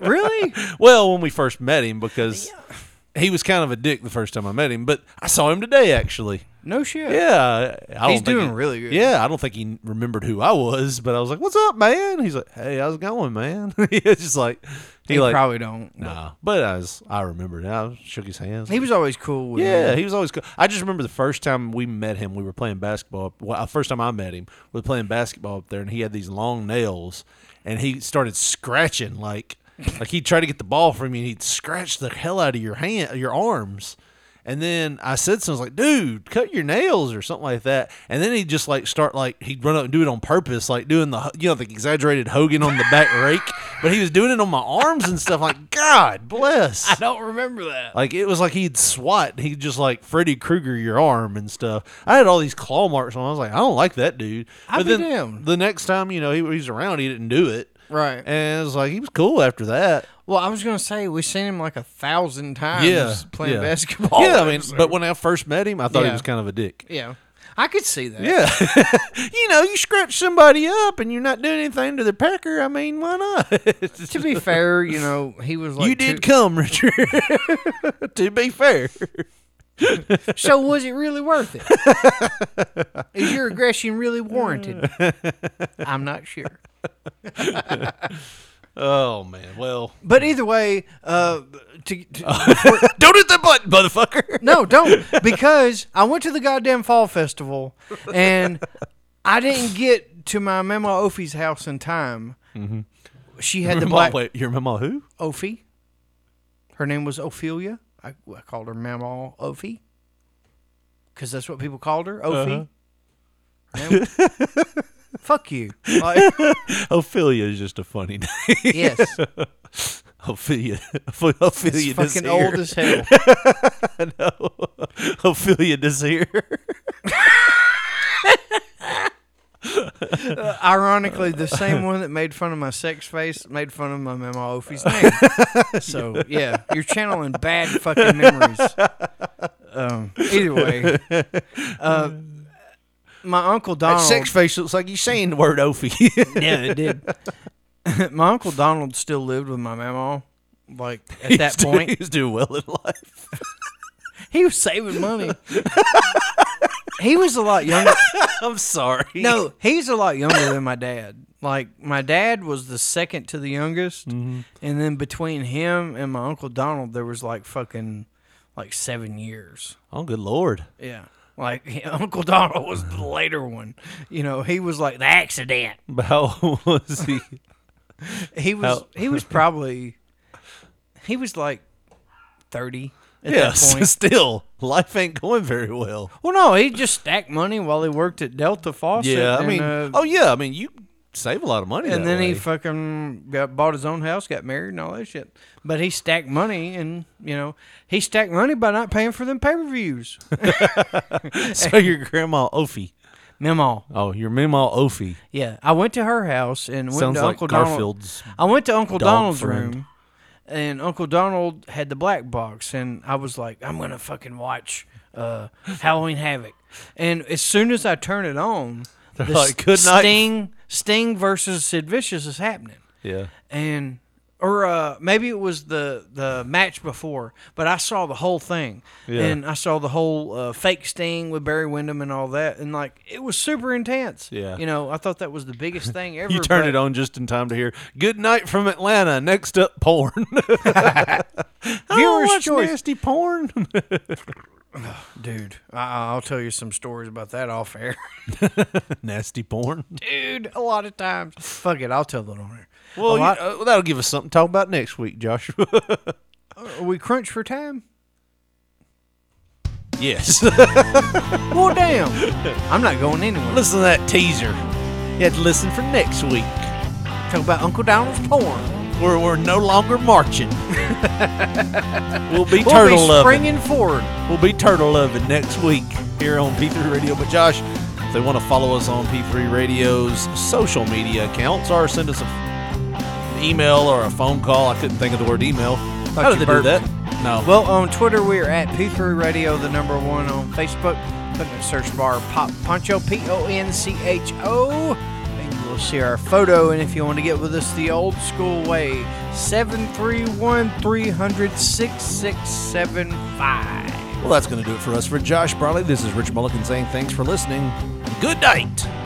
really? Well, when we first met him, because he was kind of a dick the first time I met him, but I saw him today actually. No shit. Yeah, I don't He's think doing he- really good. Yeah, I don't think he remembered who I was, but I was like, "What's up, man?" He's like, "Hey, how's it going, man?" it's just like he, He like probably don't. nah, but I was I remembered. I shook his hand. He was always cool with yeah, it. he was always. Cool. I just remember the first time we met him, we were playing basketball. Well, the first time I met him, we were playing basketball up there, and he had these long nails, and he started scratching like, like he'd try to get the ball from you, and he'd scratch the hell out of your hand, your arms. And then I said something I was like, "Dude, cut your nails or something like that." And then he'd just like start like he'd run up and do it on purpose, like doing the you know the exaggerated Hogan on the back rake, but he was doing it on my arms and stuff. Like, God bless. don't remember that. Like it was like he'd swat. He'd just like Freddy Krueger your arm and stuff. I had all these claw marks on. I was like, I don't like that dude. I'd but be then damned. the next time, you know, he, he was around, he didn't do it. Right. And it was like he was cool after that. Well, I was gonna say we've seen him like a thousand times yeah, playing yeah. basketball. Yeah, I mean, but when I first met him, I thought he Yeah. was kind of a dick. yeah, I could see that. Yeah, you know, you scratch somebody up and you're not doing anything to their pecker. I mean, why not? To be fair, you know, he was like you did two- come, Richard. to be fair, so was it really worth it? Is your aggression really warranted? I'm not sure. oh man, well, But either way, uh, to, to don't hit the button, motherfucker. No, don't. Because I went to the goddamn fall festival and I didn't get to my Mama Opie's house in time. She had the Mm-hmm. Mama- black wait, your mama who? Opie. Her name was Ophelia. I, I called her Mama Opie because that's what people called her, Uh-huh. Opie. Her name- Fuck you. Like, Ophelia is just a funny name. yes. Ophelia, Ophelia, It's this fucking old here. as hell. Ophelia, this here. Ironically, the same one that made fun of my sex face made fun of my Mama Opie's name. so yeah, you're channeling bad fucking memories. Um, either way, uh, my uncle Donald. face looks like you saying the word Ophi. yeah, it did. my uncle Donald still lived with my Mama. Like at that point, he's doing well in life. he was saving money. he was a lot younger. I'm sorry. No, he's a lot younger than my dad. Like my dad was the second to the youngest, and then between him and my uncle Donald, there was like fucking like seven years. Oh, good lord. Yeah, like Uncle Donald was the later one. You know, he was like the accident. But how old was he? He was How- he was probably he was like thirty at that yes, point. still life ain't going very well. Well, no, he just stacked money while he worked at Delta Faucet. Yeah, I and, mean, uh, oh yeah, I mean you save a lot of money. And that then he way. fucking got bought his own house, got married, and all that shit. But he stacked money, and you know he stacked money by not paying for them pay per views. so your grandma Ophi. Memo, Oh, your mama Ophi. yeah. I went to her house and went Sounds to like Uncle Garfield's Donald. I went to Uncle dog Donald's friend. room, and Uncle Donald had the black box, and I was like, I'm gonna fucking watch uh, Halloween Havoc. And as soon as I turn it on, the like, s- "Good night." Sting Sting versus Sid Vicious is happening. Yeah. and or uh, maybe it was the the match before, but I saw the whole thing, Yeah. and I saw the whole uh, fake Sting with Barry Windham and all that, and like it was super intense. Yeah. you know, I thought that was the biggest thing ever. You turned but- it on just in time to hear "Good Night from Atlanta." Next up, porn. Oh, Viewer's choice, nasty porn. dude. I- I'll tell you some stories about that off air, nasty porn. dude. A lot of times, fuck it, I'll tell that on air. Oh, Well, A you- lot- uh, that'll give us something to talk about next week, Joshua. are we crunch for time. yes. Well, damn, I'm not going anywhere. listen to that teaser. You had to listen for next week. talk about Uncle Donald's porn. We're, we're no longer marching. we'll be We'll turtle be loving. springing forward. We'll be turtle loving next week here on P3 Radio. But Josh, if they want to follow us on P3 Radio's social media accounts or send us a an email or a phone call, I couldn't think of the word email. How you did they burped. do that? No. Well, on Twitter, we are at P3 Radio, the number one on Facebook. Put in the search bar Pop Poncho, P O N C H O, and you'll see our photo. And if you want to get with us the old school way, 731 300 6675. well, that's going to do it for us. For Josh Brawley, this is Rich Mulligan saying thanks for listening. Good night.